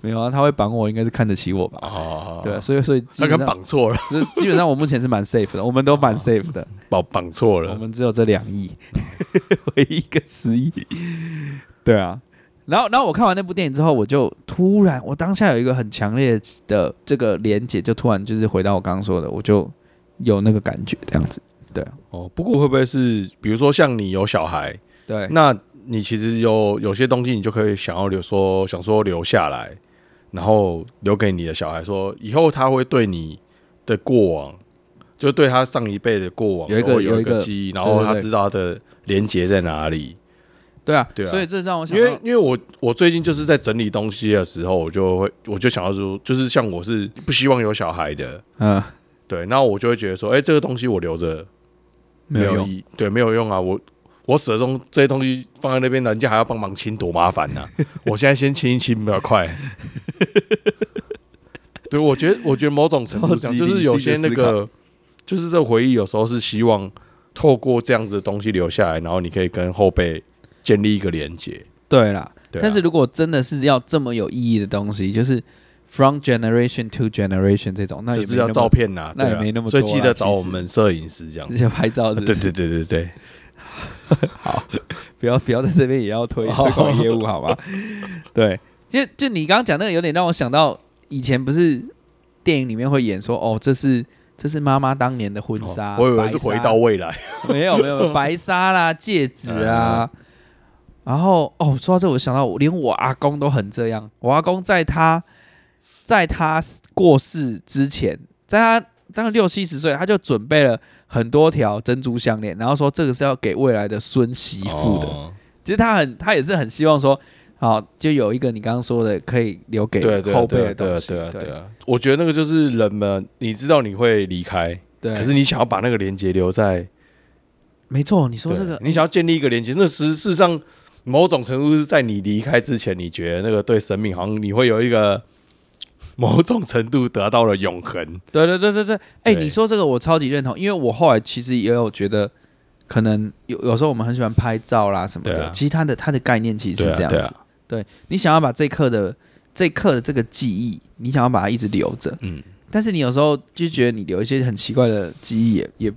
[SPEAKER 1] 没有啊，他会绑我，应该是看得起我吧？
[SPEAKER 2] 哦，
[SPEAKER 1] 对啊，，所以所以基
[SPEAKER 2] 他
[SPEAKER 1] 本
[SPEAKER 2] 可能
[SPEAKER 1] 上，
[SPEAKER 2] 绑错了，
[SPEAKER 1] 就是基本上我目前是蛮 safe 的，我们都蛮
[SPEAKER 2] 哦
[SPEAKER 1] safe 的。
[SPEAKER 2] 绑绑错
[SPEAKER 1] 我
[SPEAKER 2] 了，
[SPEAKER 1] 们只有这两亿， 唯一一个十亿。对啊，然后然后我看完那部电影之后，我就突然，我当下有一个很强烈的这个连结，就突然就是回到我刚刚说的，我就有那个感觉这样子。
[SPEAKER 2] 哦。不过会不会是，比如说像你有小孩，
[SPEAKER 1] 对
[SPEAKER 2] 那你其实有有些东西，你就可以想要留说想说留下来，然后留给你的小孩说，以后他会对你的过往，就对他上一辈的过往
[SPEAKER 1] 有一个
[SPEAKER 2] 都会
[SPEAKER 1] 有
[SPEAKER 2] 有
[SPEAKER 1] 一个
[SPEAKER 2] 记忆，然后
[SPEAKER 1] 对对
[SPEAKER 2] 他
[SPEAKER 1] 对
[SPEAKER 2] 知道他的连接在哪里。
[SPEAKER 1] 对啊，
[SPEAKER 2] 对啊
[SPEAKER 1] 所以这让我想
[SPEAKER 2] 因为
[SPEAKER 1] 到，
[SPEAKER 2] 因为我我最近就是在整理东西的时候，我就会我就想到说，就是像我是不希望有小孩的，
[SPEAKER 1] 嗯，
[SPEAKER 2] 对，那我就会觉得说，哎、这个东西我留着
[SPEAKER 1] 没有
[SPEAKER 2] 有
[SPEAKER 1] 用，
[SPEAKER 2] 意，对，没有用啊！我我始终这些东西放在那边，人家还要帮忙清，多麻烦呐、我现在先清一清比较快。 对，我觉得，我觉得某种程度
[SPEAKER 1] 超
[SPEAKER 2] 上，就
[SPEAKER 1] 级
[SPEAKER 2] 是有些那
[SPEAKER 1] 理性的
[SPEAKER 2] 个，就是这回忆，有时候是希望透过这样子的东西留下来，然后你可以跟后辈建立一个连接。
[SPEAKER 1] 对啦。
[SPEAKER 2] 对啊、
[SPEAKER 1] 但是如果真的是要这么有意义的东西，就是 from generation to generation 这种，那也
[SPEAKER 2] 就是
[SPEAKER 1] 没那
[SPEAKER 2] 要
[SPEAKER 1] 么
[SPEAKER 2] 照，片呐、
[SPEAKER 1] 那也
[SPEAKER 2] 对啊
[SPEAKER 1] 没那么多
[SPEAKER 2] 所以
[SPEAKER 1] 啦
[SPEAKER 2] 记得找
[SPEAKER 1] 其
[SPEAKER 2] 我
[SPEAKER 1] 实
[SPEAKER 2] 们摄影师这样
[SPEAKER 1] 这。些拍照是
[SPEAKER 2] 对
[SPEAKER 1] 不是，
[SPEAKER 2] 对对对对，
[SPEAKER 1] 不要不要在这边也要 推
[SPEAKER 2] 哦
[SPEAKER 1] 推广业务，好 吧？对，就就你刚刚讲那个，有点让我想到以前不是电影里面会演说，哦，这是这是妈妈当年的婚纱，
[SPEAKER 2] 哦我以为是
[SPEAKER 1] 白纱
[SPEAKER 2] 回到未来。
[SPEAKER 1] 没有没有没 有白纱啦、戒指啊。
[SPEAKER 2] 嗯
[SPEAKER 1] 然后哦，说到这，我想到我连我阿公都很这样。我阿公在他在他过世之前，在他大概六七十岁，他就准备了很多条珍珠项链，然后说这个是要给未来的孙媳妇的。
[SPEAKER 2] 哦
[SPEAKER 1] 其实他很，他也是很希望说，好，就有一个你刚刚说的可以留给
[SPEAKER 2] 对对
[SPEAKER 1] 后辈
[SPEAKER 2] 对
[SPEAKER 1] 的
[SPEAKER 2] 对
[SPEAKER 1] 东西，
[SPEAKER 2] 对啊
[SPEAKER 1] 对
[SPEAKER 2] 对啊！我觉得那个就是人们，你知道你会离开，
[SPEAKER 1] 对
[SPEAKER 2] 可是你想要把那个连接留在，
[SPEAKER 1] 没错，你说
[SPEAKER 2] 对
[SPEAKER 1] 这个，
[SPEAKER 2] 你想要建立一个连接，那事事实上某种程度是在你离开之前，你觉得那个对生命好像你会有一个 某种程度得到了永恒。
[SPEAKER 1] 对对对对对，哎、
[SPEAKER 2] 对
[SPEAKER 1] 你说这个我超级认同，因为我后来其实也有觉得，可能有有时候我们很喜欢拍照啦什么
[SPEAKER 2] 对
[SPEAKER 1] 的，
[SPEAKER 2] 啊
[SPEAKER 1] 其实它的它的概念其实
[SPEAKER 2] 对
[SPEAKER 1] 是
[SPEAKER 2] 啊
[SPEAKER 1] 这样子，
[SPEAKER 2] 对
[SPEAKER 1] 对,、
[SPEAKER 2] 啊
[SPEAKER 1] 你想要把这一刻的这一刻的这个记忆，你想要把它一直留着，
[SPEAKER 2] 嗯，
[SPEAKER 1] 但是你有时候就觉得你留一些很奇怪的记忆也也。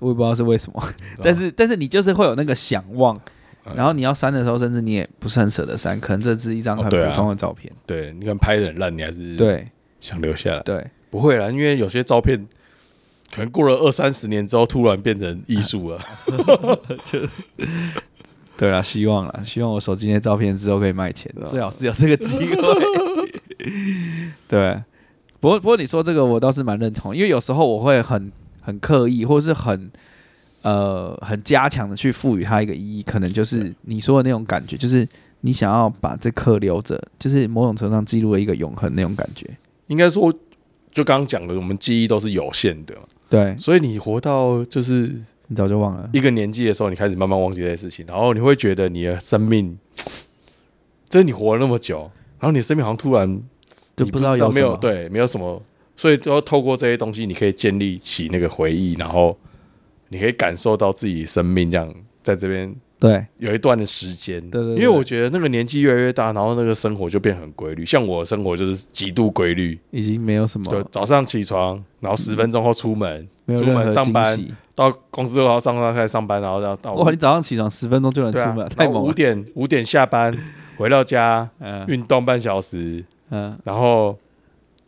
[SPEAKER 1] 我也不知道是为什么，
[SPEAKER 2] 啊
[SPEAKER 1] 但是但是你就是会有那个想望，
[SPEAKER 2] 嗯
[SPEAKER 1] 然后你要删的时候，甚至你也不是很舍得删，可能这是一张
[SPEAKER 2] 哦
[SPEAKER 1] 很普
[SPEAKER 2] 对啊
[SPEAKER 1] 通的照片。
[SPEAKER 2] 对你可能拍的很烂，你还是
[SPEAKER 1] 对
[SPEAKER 2] 想留下来。
[SPEAKER 1] 对，
[SPEAKER 2] 不会啦，因为有些照片可能过了二三十年之后，突然变成艺术了。
[SPEAKER 1] 对啦，希望啦，希望我手机那些照片之后可以卖钱，
[SPEAKER 2] 啊
[SPEAKER 1] 最好是有这个机会。 对，不过不过你说这个我倒是蛮认同，因为有时候我会很很刻意，或是很呃很加强的去赋予它一个意义，可能就是你说的那种感觉，就是你想要把这刻留着，就是某种程度上记录了一个永恒那种感觉。
[SPEAKER 2] 应该说，就刚刚讲的，我们记忆都是有限的嘛，
[SPEAKER 1] 对
[SPEAKER 2] 所以你活到就是
[SPEAKER 1] 你早就忘了，
[SPEAKER 2] 一个年纪的时候，你开始慢慢忘记这些事情，然后你会觉得你的生命，就是你活了那么久，然后你的生命好像突然
[SPEAKER 1] 就
[SPEAKER 2] 你
[SPEAKER 1] 不
[SPEAKER 2] 不
[SPEAKER 1] 知道有
[SPEAKER 2] 没
[SPEAKER 1] 什
[SPEAKER 2] 有
[SPEAKER 1] 么。
[SPEAKER 2] 对，没有什么，所以都要透过这些东西，你可以建立起那个回忆，然后你可以感受到自己生命这样在这边
[SPEAKER 1] 对
[SPEAKER 2] 有一段的时间。
[SPEAKER 1] 对对对
[SPEAKER 2] 因为我觉得那个年纪越来越大，然后那个生活就变很规律。像我的生活就是极度规律，
[SPEAKER 1] 已经没有什
[SPEAKER 2] 就
[SPEAKER 1] 么，
[SPEAKER 2] 早上起床，然后十分钟后出门，
[SPEAKER 1] 没有
[SPEAKER 2] 出
[SPEAKER 1] 任
[SPEAKER 2] 门
[SPEAKER 1] 何
[SPEAKER 2] 上
[SPEAKER 1] 惊
[SPEAKER 2] 班
[SPEAKER 1] 喜。
[SPEAKER 2] 到公司后然后上班开始上班，然后到到
[SPEAKER 1] 哇，你早上起床十分钟就能
[SPEAKER 2] 对
[SPEAKER 1] 出
[SPEAKER 2] 啊
[SPEAKER 1] 门，， 太
[SPEAKER 2] 然后
[SPEAKER 1] 猛
[SPEAKER 2] 五
[SPEAKER 1] 了。
[SPEAKER 2] 点五点下班回到家，
[SPEAKER 1] 嗯
[SPEAKER 2] 运动半小时，
[SPEAKER 1] 嗯
[SPEAKER 2] 然后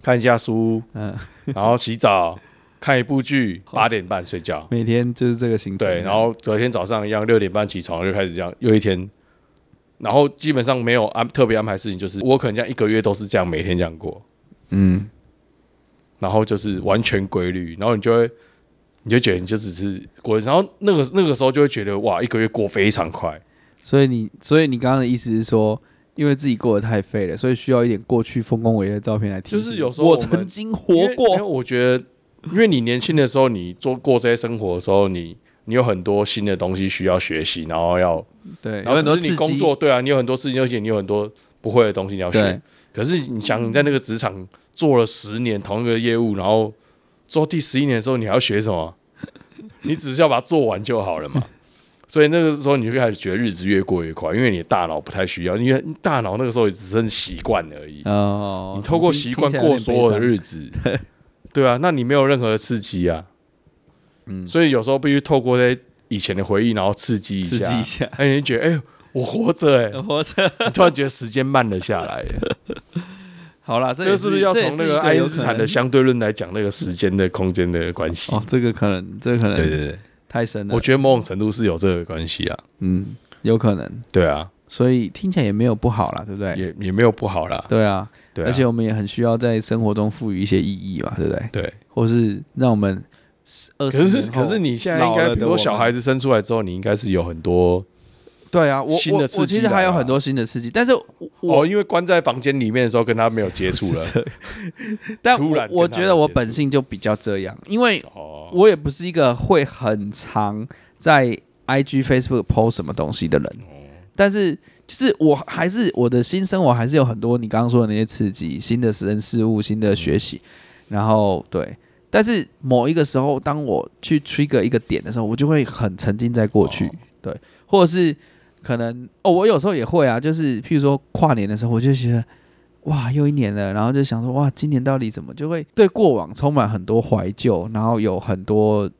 [SPEAKER 2] 看一下书，
[SPEAKER 1] 嗯，哦
[SPEAKER 2] 然后洗 澡，看一部剧，八点半睡觉。
[SPEAKER 1] 每天就是这个行程。
[SPEAKER 2] 对，然后昨天早上一样，六点半起床就开始这样，又一天。然后基本上没有安特别安排事情，就是我可能这样一个月都是这样，每天这样过，
[SPEAKER 1] 嗯，
[SPEAKER 2] 然后就是完全规律，然后你就会，你就觉得你就只是过，然后那个那个时候就会觉得哇，一个月过非常快，
[SPEAKER 1] 所以你所以你刚刚的意思是说，因为自己过得太废了，所以需要一点过去丰功伟业的照片来提醒。
[SPEAKER 2] 就是有时候
[SPEAKER 1] 我
[SPEAKER 2] 我们
[SPEAKER 1] 曾经活
[SPEAKER 2] 因为因为
[SPEAKER 1] 过，
[SPEAKER 2] 我觉得，因为你年轻的时候，你做过这些生活的时候，你你有很多新的东西需要学习，然后要
[SPEAKER 1] 对，
[SPEAKER 2] 然
[SPEAKER 1] 有
[SPEAKER 2] 后
[SPEAKER 1] 很多
[SPEAKER 2] 甚至
[SPEAKER 1] 刺
[SPEAKER 2] 你
[SPEAKER 1] 激。
[SPEAKER 2] 工作，对啊，你有很多事情要写，你有很多不会的东西你要
[SPEAKER 1] 对
[SPEAKER 2] 学。可是你想，你在那个职场做了十年同一个业务，然后做到第十一年的时候，你还要学什么？ 你只是要把它做完就好了嘛。所以那个时候你就开始觉得日子越过越快，因为你的大脑不太需要，因为大脑那个时候也只剩习惯而已。
[SPEAKER 1] 哦，
[SPEAKER 2] 你透过
[SPEAKER 1] 听
[SPEAKER 2] 习惯
[SPEAKER 1] 听起来
[SPEAKER 2] 过
[SPEAKER 1] 点
[SPEAKER 2] 所有
[SPEAKER 1] 悲
[SPEAKER 2] 的
[SPEAKER 1] 伤
[SPEAKER 2] 日子， 对啊，那你没有任何的刺激啊，嗯，所以有时候必须透过这些以前的回忆，然后刺激一下，
[SPEAKER 1] 刺激一下，
[SPEAKER 2] 哎，你就觉得哎、我活着 哎、
[SPEAKER 1] 活着。
[SPEAKER 2] 你突然觉得时间慢了下 来、哎
[SPEAKER 1] 好啦，
[SPEAKER 2] 这
[SPEAKER 1] 也
[SPEAKER 2] 个
[SPEAKER 1] 是
[SPEAKER 2] 是不是要
[SPEAKER 1] 哦这也
[SPEAKER 2] 从那
[SPEAKER 1] 一个
[SPEAKER 2] 个爱
[SPEAKER 1] 有
[SPEAKER 2] 因
[SPEAKER 1] 可
[SPEAKER 2] 斯坦
[SPEAKER 1] 能
[SPEAKER 2] 的相对论来讲那个时间的空间的关系？
[SPEAKER 1] 哦，这个可能，这个可
[SPEAKER 2] 对
[SPEAKER 1] 能
[SPEAKER 2] 对对，
[SPEAKER 1] 太深了。
[SPEAKER 2] 我觉得某种程度是有这个关系啊，
[SPEAKER 1] 嗯，有可能，
[SPEAKER 2] 对啊，
[SPEAKER 1] 所以听起来也没有不好啦，对不对？
[SPEAKER 2] 也也没有不好啦，
[SPEAKER 1] 对啊，
[SPEAKER 2] 对啊，
[SPEAKER 1] 而且我们也很需要在生活中赋予一些意义嘛，对不对？
[SPEAKER 2] 对，
[SPEAKER 1] 或是让我们二
[SPEAKER 2] 可
[SPEAKER 1] 十
[SPEAKER 2] 是可是你现在应
[SPEAKER 1] 老了
[SPEAKER 2] 该，
[SPEAKER 1] 的
[SPEAKER 2] 比如
[SPEAKER 1] 我
[SPEAKER 2] 说
[SPEAKER 1] 们
[SPEAKER 2] 小孩子生出来之后，你应该是有很多
[SPEAKER 1] 对啊，我
[SPEAKER 2] 新
[SPEAKER 1] 我
[SPEAKER 2] 的刺
[SPEAKER 1] 我其
[SPEAKER 2] 激
[SPEAKER 1] 实还
[SPEAKER 2] 来
[SPEAKER 1] 有
[SPEAKER 2] 了啊
[SPEAKER 1] 很多新的刺激，但是我
[SPEAKER 2] 哦，
[SPEAKER 1] 我
[SPEAKER 2] 因为关在房间里面的时候跟他没有接触
[SPEAKER 1] 是
[SPEAKER 2] 了。
[SPEAKER 1] 这样 但
[SPEAKER 2] 突
[SPEAKER 1] 我
[SPEAKER 2] 然
[SPEAKER 1] 我
[SPEAKER 2] 跟他
[SPEAKER 1] 觉得
[SPEAKER 2] 们
[SPEAKER 1] 我
[SPEAKER 2] 接
[SPEAKER 1] 本
[SPEAKER 2] 触
[SPEAKER 1] 性就比较这样，因为
[SPEAKER 2] 哦，
[SPEAKER 1] 我也不是一个会很常在 IG、Facebook post 什么东西的人，但是就是我还是我的新生活还是有很多你刚刚说的那些刺激、新的人事物、新的学习，然后对。但是某一个时候，当我去 trigger 一个点的时候，我就会很沉浸在过去，
[SPEAKER 2] 哦
[SPEAKER 1] 对，或者是可能哦，我有时候也会啊，就是譬如说跨年的时候，我就觉得哇，又一年了，然后就想说哇，今年到底怎么就会对过往充满很多怀旧，然后有很多嘖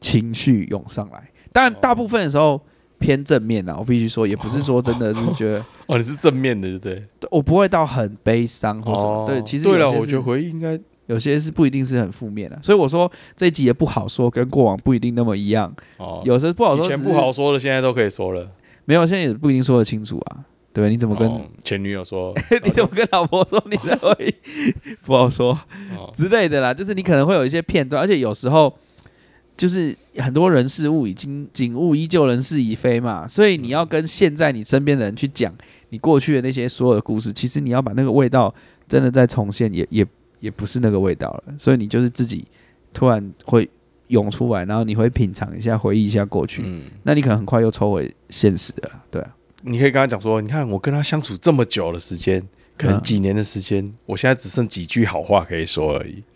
[SPEAKER 1] 情绪涌上来。当然，
[SPEAKER 2] 哦
[SPEAKER 1] 大部分的时候偏正面啊啦，我必须说，也不是说真的是觉得
[SPEAKER 2] 哦，你是正面的，对不对？
[SPEAKER 1] 对我不会到很悲伤或什么。
[SPEAKER 2] 哦
[SPEAKER 1] 对，其实
[SPEAKER 2] 对
[SPEAKER 1] 有
[SPEAKER 2] 了，
[SPEAKER 1] 些
[SPEAKER 2] 我
[SPEAKER 1] 是
[SPEAKER 2] 觉得回忆应该
[SPEAKER 1] 有些是不一定是很负面的，所以我说这一集也不好说，跟过往不一定那么一样，
[SPEAKER 2] 哦，
[SPEAKER 1] 有时候不好说
[SPEAKER 2] 以
[SPEAKER 1] 只是，
[SPEAKER 2] 前不好说的，现在都可以说了。
[SPEAKER 1] 没有，现在也不一定说得清楚啊，对吧？你怎
[SPEAKER 2] 我
[SPEAKER 1] 么跟、，
[SPEAKER 2] 前女友说
[SPEAKER 1] 你怎么跟老婆说你的回忆不好说
[SPEAKER 2] 哦
[SPEAKER 1] 之类的啦？就是你可能会有一些片段，而且有时候就是很多人事物已经景物依旧，人事已非嘛，所以你要跟现在你身边的人去讲你过去的那些所有的故事，其实你要把那个味道真的再重现，也也也不是那个味道了，所以你就是自己突然会涌出来，然后你会品尝一下，回忆一下过 去，
[SPEAKER 2] 嗯，
[SPEAKER 1] 那你可能很快又抽回现实了啦，对啊，
[SPEAKER 2] 你可以跟他讲说，你看我跟他相处这么久的时间，可能
[SPEAKER 1] 嗯
[SPEAKER 2] 几年的时间，我现在只剩几句好话可以说而已。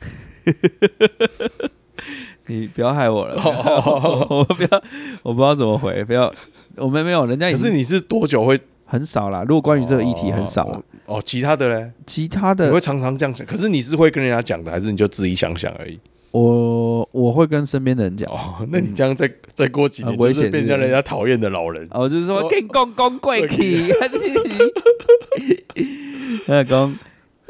[SPEAKER 1] 你不要害我了， 我不要，我不知道怎么回，不要，我们没有，人家
[SPEAKER 2] 可
[SPEAKER 1] 也
[SPEAKER 2] 是你是多久会
[SPEAKER 1] 很少啦。如果关于这个议题很少啦，
[SPEAKER 2] 哦？其他的嘞，
[SPEAKER 1] 其他
[SPEAKER 2] 你
[SPEAKER 1] 的
[SPEAKER 2] 会常常这样想。可是你是会跟人家讲的，还是你就自己想想而已？
[SPEAKER 1] 我我会跟身边的人讲，
[SPEAKER 2] 哦，那你这样再再过几年，
[SPEAKER 1] 很危
[SPEAKER 2] 就
[SPEAKER 1] 险
[SPEAKER 2] 是变成
[SPEAKER 1] 是不是
[SPEAKER 2] 人家讨厌的老人。
[SPEAKER 1] 哦，就是说
[SPEAKER 2] 我
[SPEAKER 1] 跟公公贵气， 那公，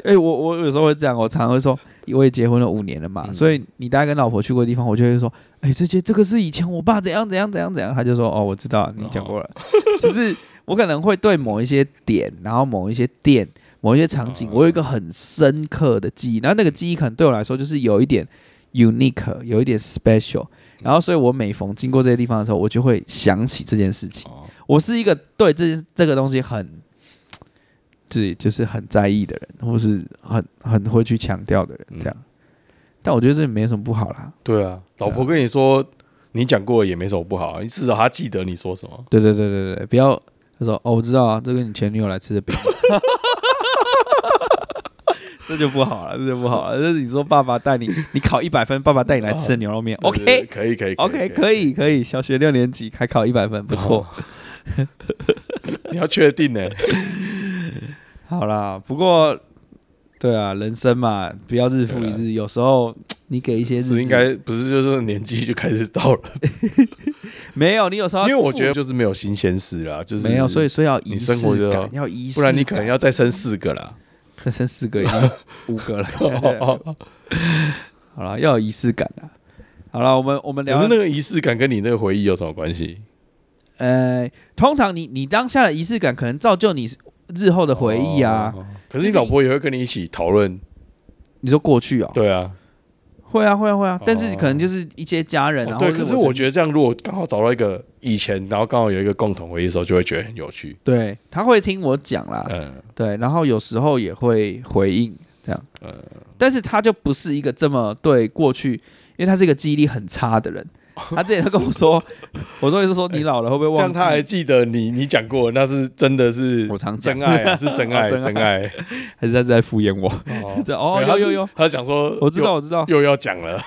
[SPEAKER 1] 哎、我我有时候会这样，我常常会说，我也结婚了五年了嘛，
[SPEAKER 2] 嗯
[SPEAKER 1] 所以你大概跟老婆去过的地方，我就会说，哎、这些这个是以前我爸怎样怎样怎样怎样，他就说，哦，我知道你讲 过了，就是我可能会对某一些点，然后某一些店。某一些场景，
[SPEAKER 2] 哦
[SPEAKER 1] 我有一个很深刻的记忆，然后那个记忆可能对我来说就是有一点 unique，有一点
[SPEAKER 2] 嗯
[SPEAKER 1] special，然后所以我每逢经过这些地方的时候，我就会想起这件事情。
[SPEAKER 2] 哦，
[SPEAKER 1] 我是一个对这这个东西很，对，就是很在意的人，或是很很会去强调的人，这样。但我觉得这没什么不好啦。
[SPEAKER 2] 对啊，老婆跟你说你讲过也没什么不好啊，你至少她记得你说什么。
[SPEAKER 1] 对对对对对，不要他说哦，我知道啊，这个你前女友来吃的饼， 这就不好了，这就不好了。这是你说爸爸带你，你考一百分，爸爸带你来吃的牛肉面
[SPEAKER 2] 对对对
[SPEAKER 1] ，OK
[SPEAKER 2] 可以可以
[SPEAKER 1] OK 可以可以，小学六年级还考一百分，不错。。
[SPEAKER 2] 你要确定呢、
[SPEAKER 1] 好啦，不过对啊，人生嘛，不要日复一日，有时候你给一些日子
[SPEAKER 2] 啊是应该不是就是年纪就开始到了，
[SPEAKER 1] 没有，你有时候
[SPEAKER 2] 因
[SPEAKER 1] 要
[SPEAKER 2] 为我觉得就是没有新鲜事啦，就是
[SPEAKER 1] 啊没有，所以说要仪
[SPEAKER 2] 你生活
[SPEAKER 1] 式
[SPEAKER 2] 就
[SPEAKER 1] 感，要仪式
[SPEAKER 2] 不
[SPEAKER 1] 感，
[SPEAKER 2] 然你可能要再生四个 啦。
[SPEAKER 1] 再生四个已 经五个了。
[SPEAKER 2] 哦
[SPEAKER 1] 好了，要有仪式感啊。好了，我们我们
[SPEAKER 2] 可
[SPEAKER 1] 聊
[SPEAKER 2] 是那个仪式感跟你那个回忆有什么关系？
[SPEAKER 1] 呃，通常你你当下的仪式感可能造就你日后的回忆啊。
[SPEAKER 2] 哦。可是你老婆也会跟你一起讨论，
[SPEAKER 1] 你说过去哦，
[SPEAKER 2] 对啊，
[SPEAKER 1] 会啊会啊会啊
[SPEAKER 2] 哦，
[SPEAKER 1] 但是可能就是一些家人啊，
[SPEAKER 2] 哦对。
[SPEAKER 1] 或者
[SPEAKER 2] 可是我
[SPEAKER 1] 曾
[SPEAKER 2] 觉得这样，如果刚好找到一个以前，然后刚好有一个共同回忆的时候，就会觉得很有趣。
[SPEAKER 1] 对他会听我讲啦，
[SPEAKER 2] 嗯，
[SPEAKER 1] 对，然后有时候也会回应这样，
[SPEAKER 2] 嗯
[SPEAKER 1] 但是他就不是一个这么对过去，因为他是一个记忆力很差的 人。他之前都跟我说，我说就是说你老了会不会
[SPEAKER 2] 哎这
[SPEAKER 1] 忘
[SPEAKER 2] 样
[SPEAKER 1] 记？
[SPEAKER 2] 他还记得你你讲过，那是真的是
[SPEAKER 1] 我常讲
[SPEAKER 2] 真，爱啊，是真爱，
[SPEAKER 1] 哦真爱
[SPEAKER 2] 真爱。
[SPEAKER 1] 还是他是在敷衍我？
[SPEAKER 2] 哦
[SPEAKER 1] 这哦
[SPEAKER 2] 没
[SPEAKER 1] 有
[SPEAKER 2] 他是
[SPEAKER 1] 有 有，
[SPEAKER 2] 他讲说，
[SPEAKER 1] 我知道我知道，
[SPEAKER 2] 又又要讲了，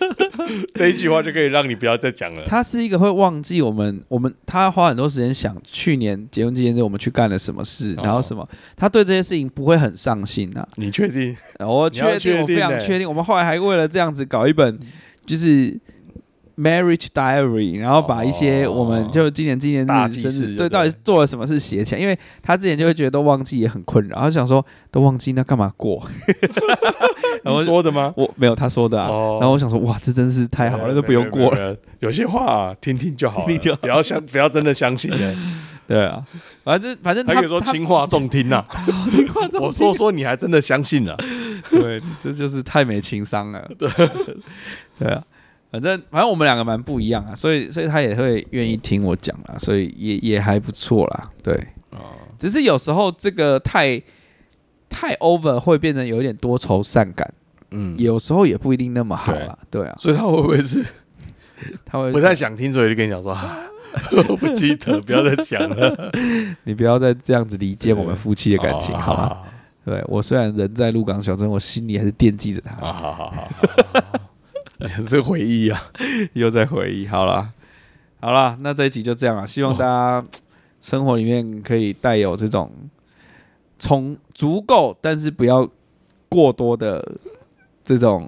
[SPEAKER 2] 这一句话就可以让你不要再 讲了。
[SPEAKER 1] 他是一个会忘记我们，我们他花很多时间想去年结婚纪念日我们去干了什么事，
[SPEAKER 2] 哦
[SPEAKER 1] 然后什么，他对这些事情不会很上心啊呐、
[SPEAKER 2] 你确定？
[SPEAKER 1] 呃我
[SPEAKER 2] 你要
[SPEAKER 1] 确定，
[SPEAKER 2] 确
[SPEAKER 1] 我非
[SPEAKER 2] 定
[SPEAKER 1] 常
[SPEAKER 2] 欸
[SPEAKER 1] 确定，我们后来还为了这样子搞一本就是。Marriage Diary，然后把一些
[SPEAKER 2] 哦
[SPEAKER 1] 我们就今年纪念
[SPEAKER 2] 大
[SPEAKER 1] 日、
[SPEAKER 2] 记
[SPEAKER 1] 生
[SPEAKER 2] 事
[SPEAKER 1] 日
[SPEAKER 2] 就
[SPEAKER 1] 对
[SPEAKER 2] 对
[SPEAKER 1] 到底做了什么事写起来，因为他之前就会觉得都忘记也很困扰，他就想说都忘记那干嘛 过？然后
[SPEAKER 2] 你说的吗？
[SPEAKER 1] 我没有他说的啊，
[SPEAKER 2] 哦
[SPEAKER 1] 然后我想说哇，这真是太好了，
[SPEAKER 2] 没有
[SPEAKER 1] 都不用过了。
[SPEAKER 2] 没有没有有些话啊听听就好了，
[SPEAKER 1] 听听就好
[SPEAKER 2] 不要相不要真的相信了。
[SPEAKER 1] 对啊，反正反正
[SPEAKER 2] 他
[SPEAKER 1] 他
[SPEAKER 2] 可以说
[SPEAKER 1] 他
[SPEAKER 2] 情话重 听呐，我说说你还真的相信啊了。
[SPEAKER 1] 对，这就是太没情商了。对， 对啊，反正反正我们两个蛮不一样啊，所以所以他也会愿意听我讲啦，所以也也还不错啦。对，只是有时候这个太太 over 会变成有一点多愁善感，
[SPEAKER 2] 嗯，
[SPEAKER 1] 有时候也不一定那么好啦。对啊，
[SPEAKER 2] 所以他会不会是
[SPEAKER 1] 他会
[SPEAKER 2] 不太想听，所以就跟你讲说，啊 我不记得，不要再讲 了。
[SPEAKER 1] 你不要再这样子理解我们夫妻的感情，哦好吗？
[SPEAKER 2] 啊
[SPEAKER 1] 对我虽然人在鹿港小镇，我心里还是惦记着他。
[SPEAKER 2] 好好好好，这回忆啊，
[SPEAKER 1] 又在回忆。好啦，好啦，那这一集就这样了。希望大家生活里面可以带有这种从足够，但是不要过多的这种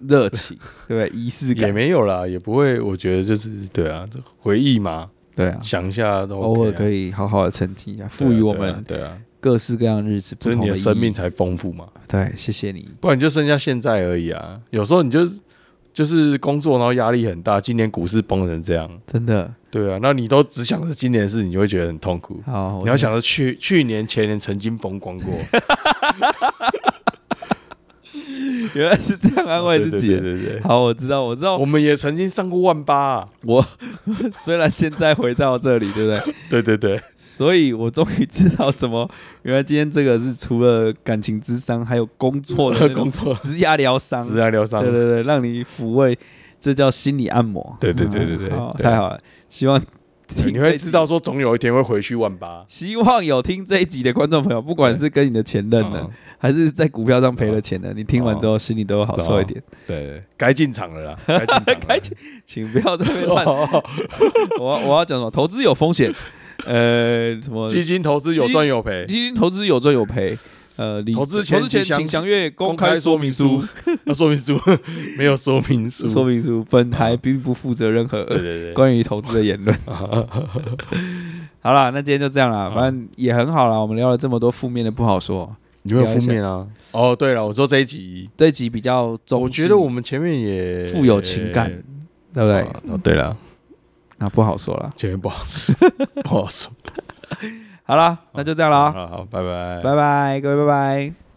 [SPEAKER 1] 热 情，对不对？仪式
[SPEAKER 2] 也
[SPEAKER 1] 感，
[SPEAKER 2] 没有啦，也不会。我觉得就是对啊，这回忆嘛，
[SPEAKER 1] 对啊。
[SPEAKER 2] 想一下都
[SPEAKER 1] 偶尔可
[SPEAKER 2] 以
[SPEAKER 1] 以好好的沉浸一下，赋予我们
[SPEAKER 2] 对啊，
[SPEAKER 1] 各式各样的日子不
[SPEAKER 2] 所以
[SPEAKER 1] 同
[SPEAKER 2] 你
[SPEAKER 1] 的
[SPEAKER 2] 的
[SPEAKER 1] 意义
[SPEAKER 2] 啊生命。才丰富嘛。
[SPEAKER 1] 对，谢谢你。
[SPEAKER 2] 不然你就剩下现在而已啊。有时候你就就是工作，然后压力很大。今年股市崩成这样，
[SPEAKER 1] 真的
[SPEAKER 2] 对啊，那你都只想着今年的事，你就会觉得很痛苦。
[SPEAKER 1] 好，我
[SPEAKER 2] 你要想着去去年、前年曾经风光过，
[SPEAKER 1] 原来是这样安慰自己
[SPEAKER 2] 对
[SPEAKER 1] 的。
[SPEAKER 2] 对对对对
[SPEAKER 1] 好，我知道，我知道
[SPEAKER 2] 我。们也曾经上过万八、啊，
[SPEAKER 1] 我虽然现在回到这里，对不对？
[SPEAKER 2] 对对对，
[SPEAKER 1] 所以我终于知道怎么，原来今天这个是除了感情之商，还有工作的
[SPEAKER 2] 工作
[SPEAKER 1] 职涯疗伤，
[SPEAKER 2] 直来疗伤
[SPEAKER 1] 对。对对，让你抚慰，这叫心理按摩。
[SPEAKER 2] 对对对对对
[SPEAKER 1] 嗯好
[SPEAKER 2] 对
[SPEAKER 1] 太好了，希望听
[SPEAKER 2] 对你
[SPEAKER 1] 这
[SPEAKER 2] 会
[SPEAKER 1] 一集
[SPEAKER 2] 知道，说，总有一天会回去万八。
[SPEAKER 1] 希望有听这一集的观众朋友，不管是跟你的前任的
[SPEAKER 2] 嗯，
[SPEAKER 1] 还是在股票上赔了钱的，你听
[SPEAKER 2] 哦
[SPEAKER 1] 完之后心里都好受一点。
[SPEAKER 2] 对，对该进场了 啦，该进场了
[SPEAKER 1] 该进请不要再被 乱，
[SPEAKER 2] 哦
[SPEAKER 1] 我我要讲什么？投资有风险，呃，什么
[SPEAKER 2] 基金投资有赚有赔，
[SPEAKER 1] 基金投资有赚有赔。 呃，理
[SPEAKER 2] 投资前
[SPEAKER 1] 投资前
[SPEAKER 2] 请详
[SPEAKER 1] 请详阅公开说明书。，嗯
[SPEAKER 2] 啊，说明书 没有说明书，
[SPEAKER 1] 说明书本台并不负责任何
[SPEAKER 2] 对对对，
[SPEAKER 1] 关于投资的言论。 好啦，那今天就这样啦，反正也很好啦。我们聊了这么多负面的，不好说。
[SPEAKER 2] 你会有负面啊？哦，对了，我说这一集，
[SPEAKER 1] 这一集比较中性，
[SPEAKER 2] 我觉得我们前面也
[SPEAKER 1] 富有情感，对不
[SPEAKER 2] 对
[SPEAKER 1] 对？
[SPEAKER 2] 哦，对了，
[SPEAKER 1] 那不好说啦。
[SPEAKER 2] 前面不 好说，不好说，
[SPEAKER 1] 好啦，那就这样啦，
[SPEAKER 2] 好好，拜拜，
[SPEAKER 1] 拜拜，各位拜拜。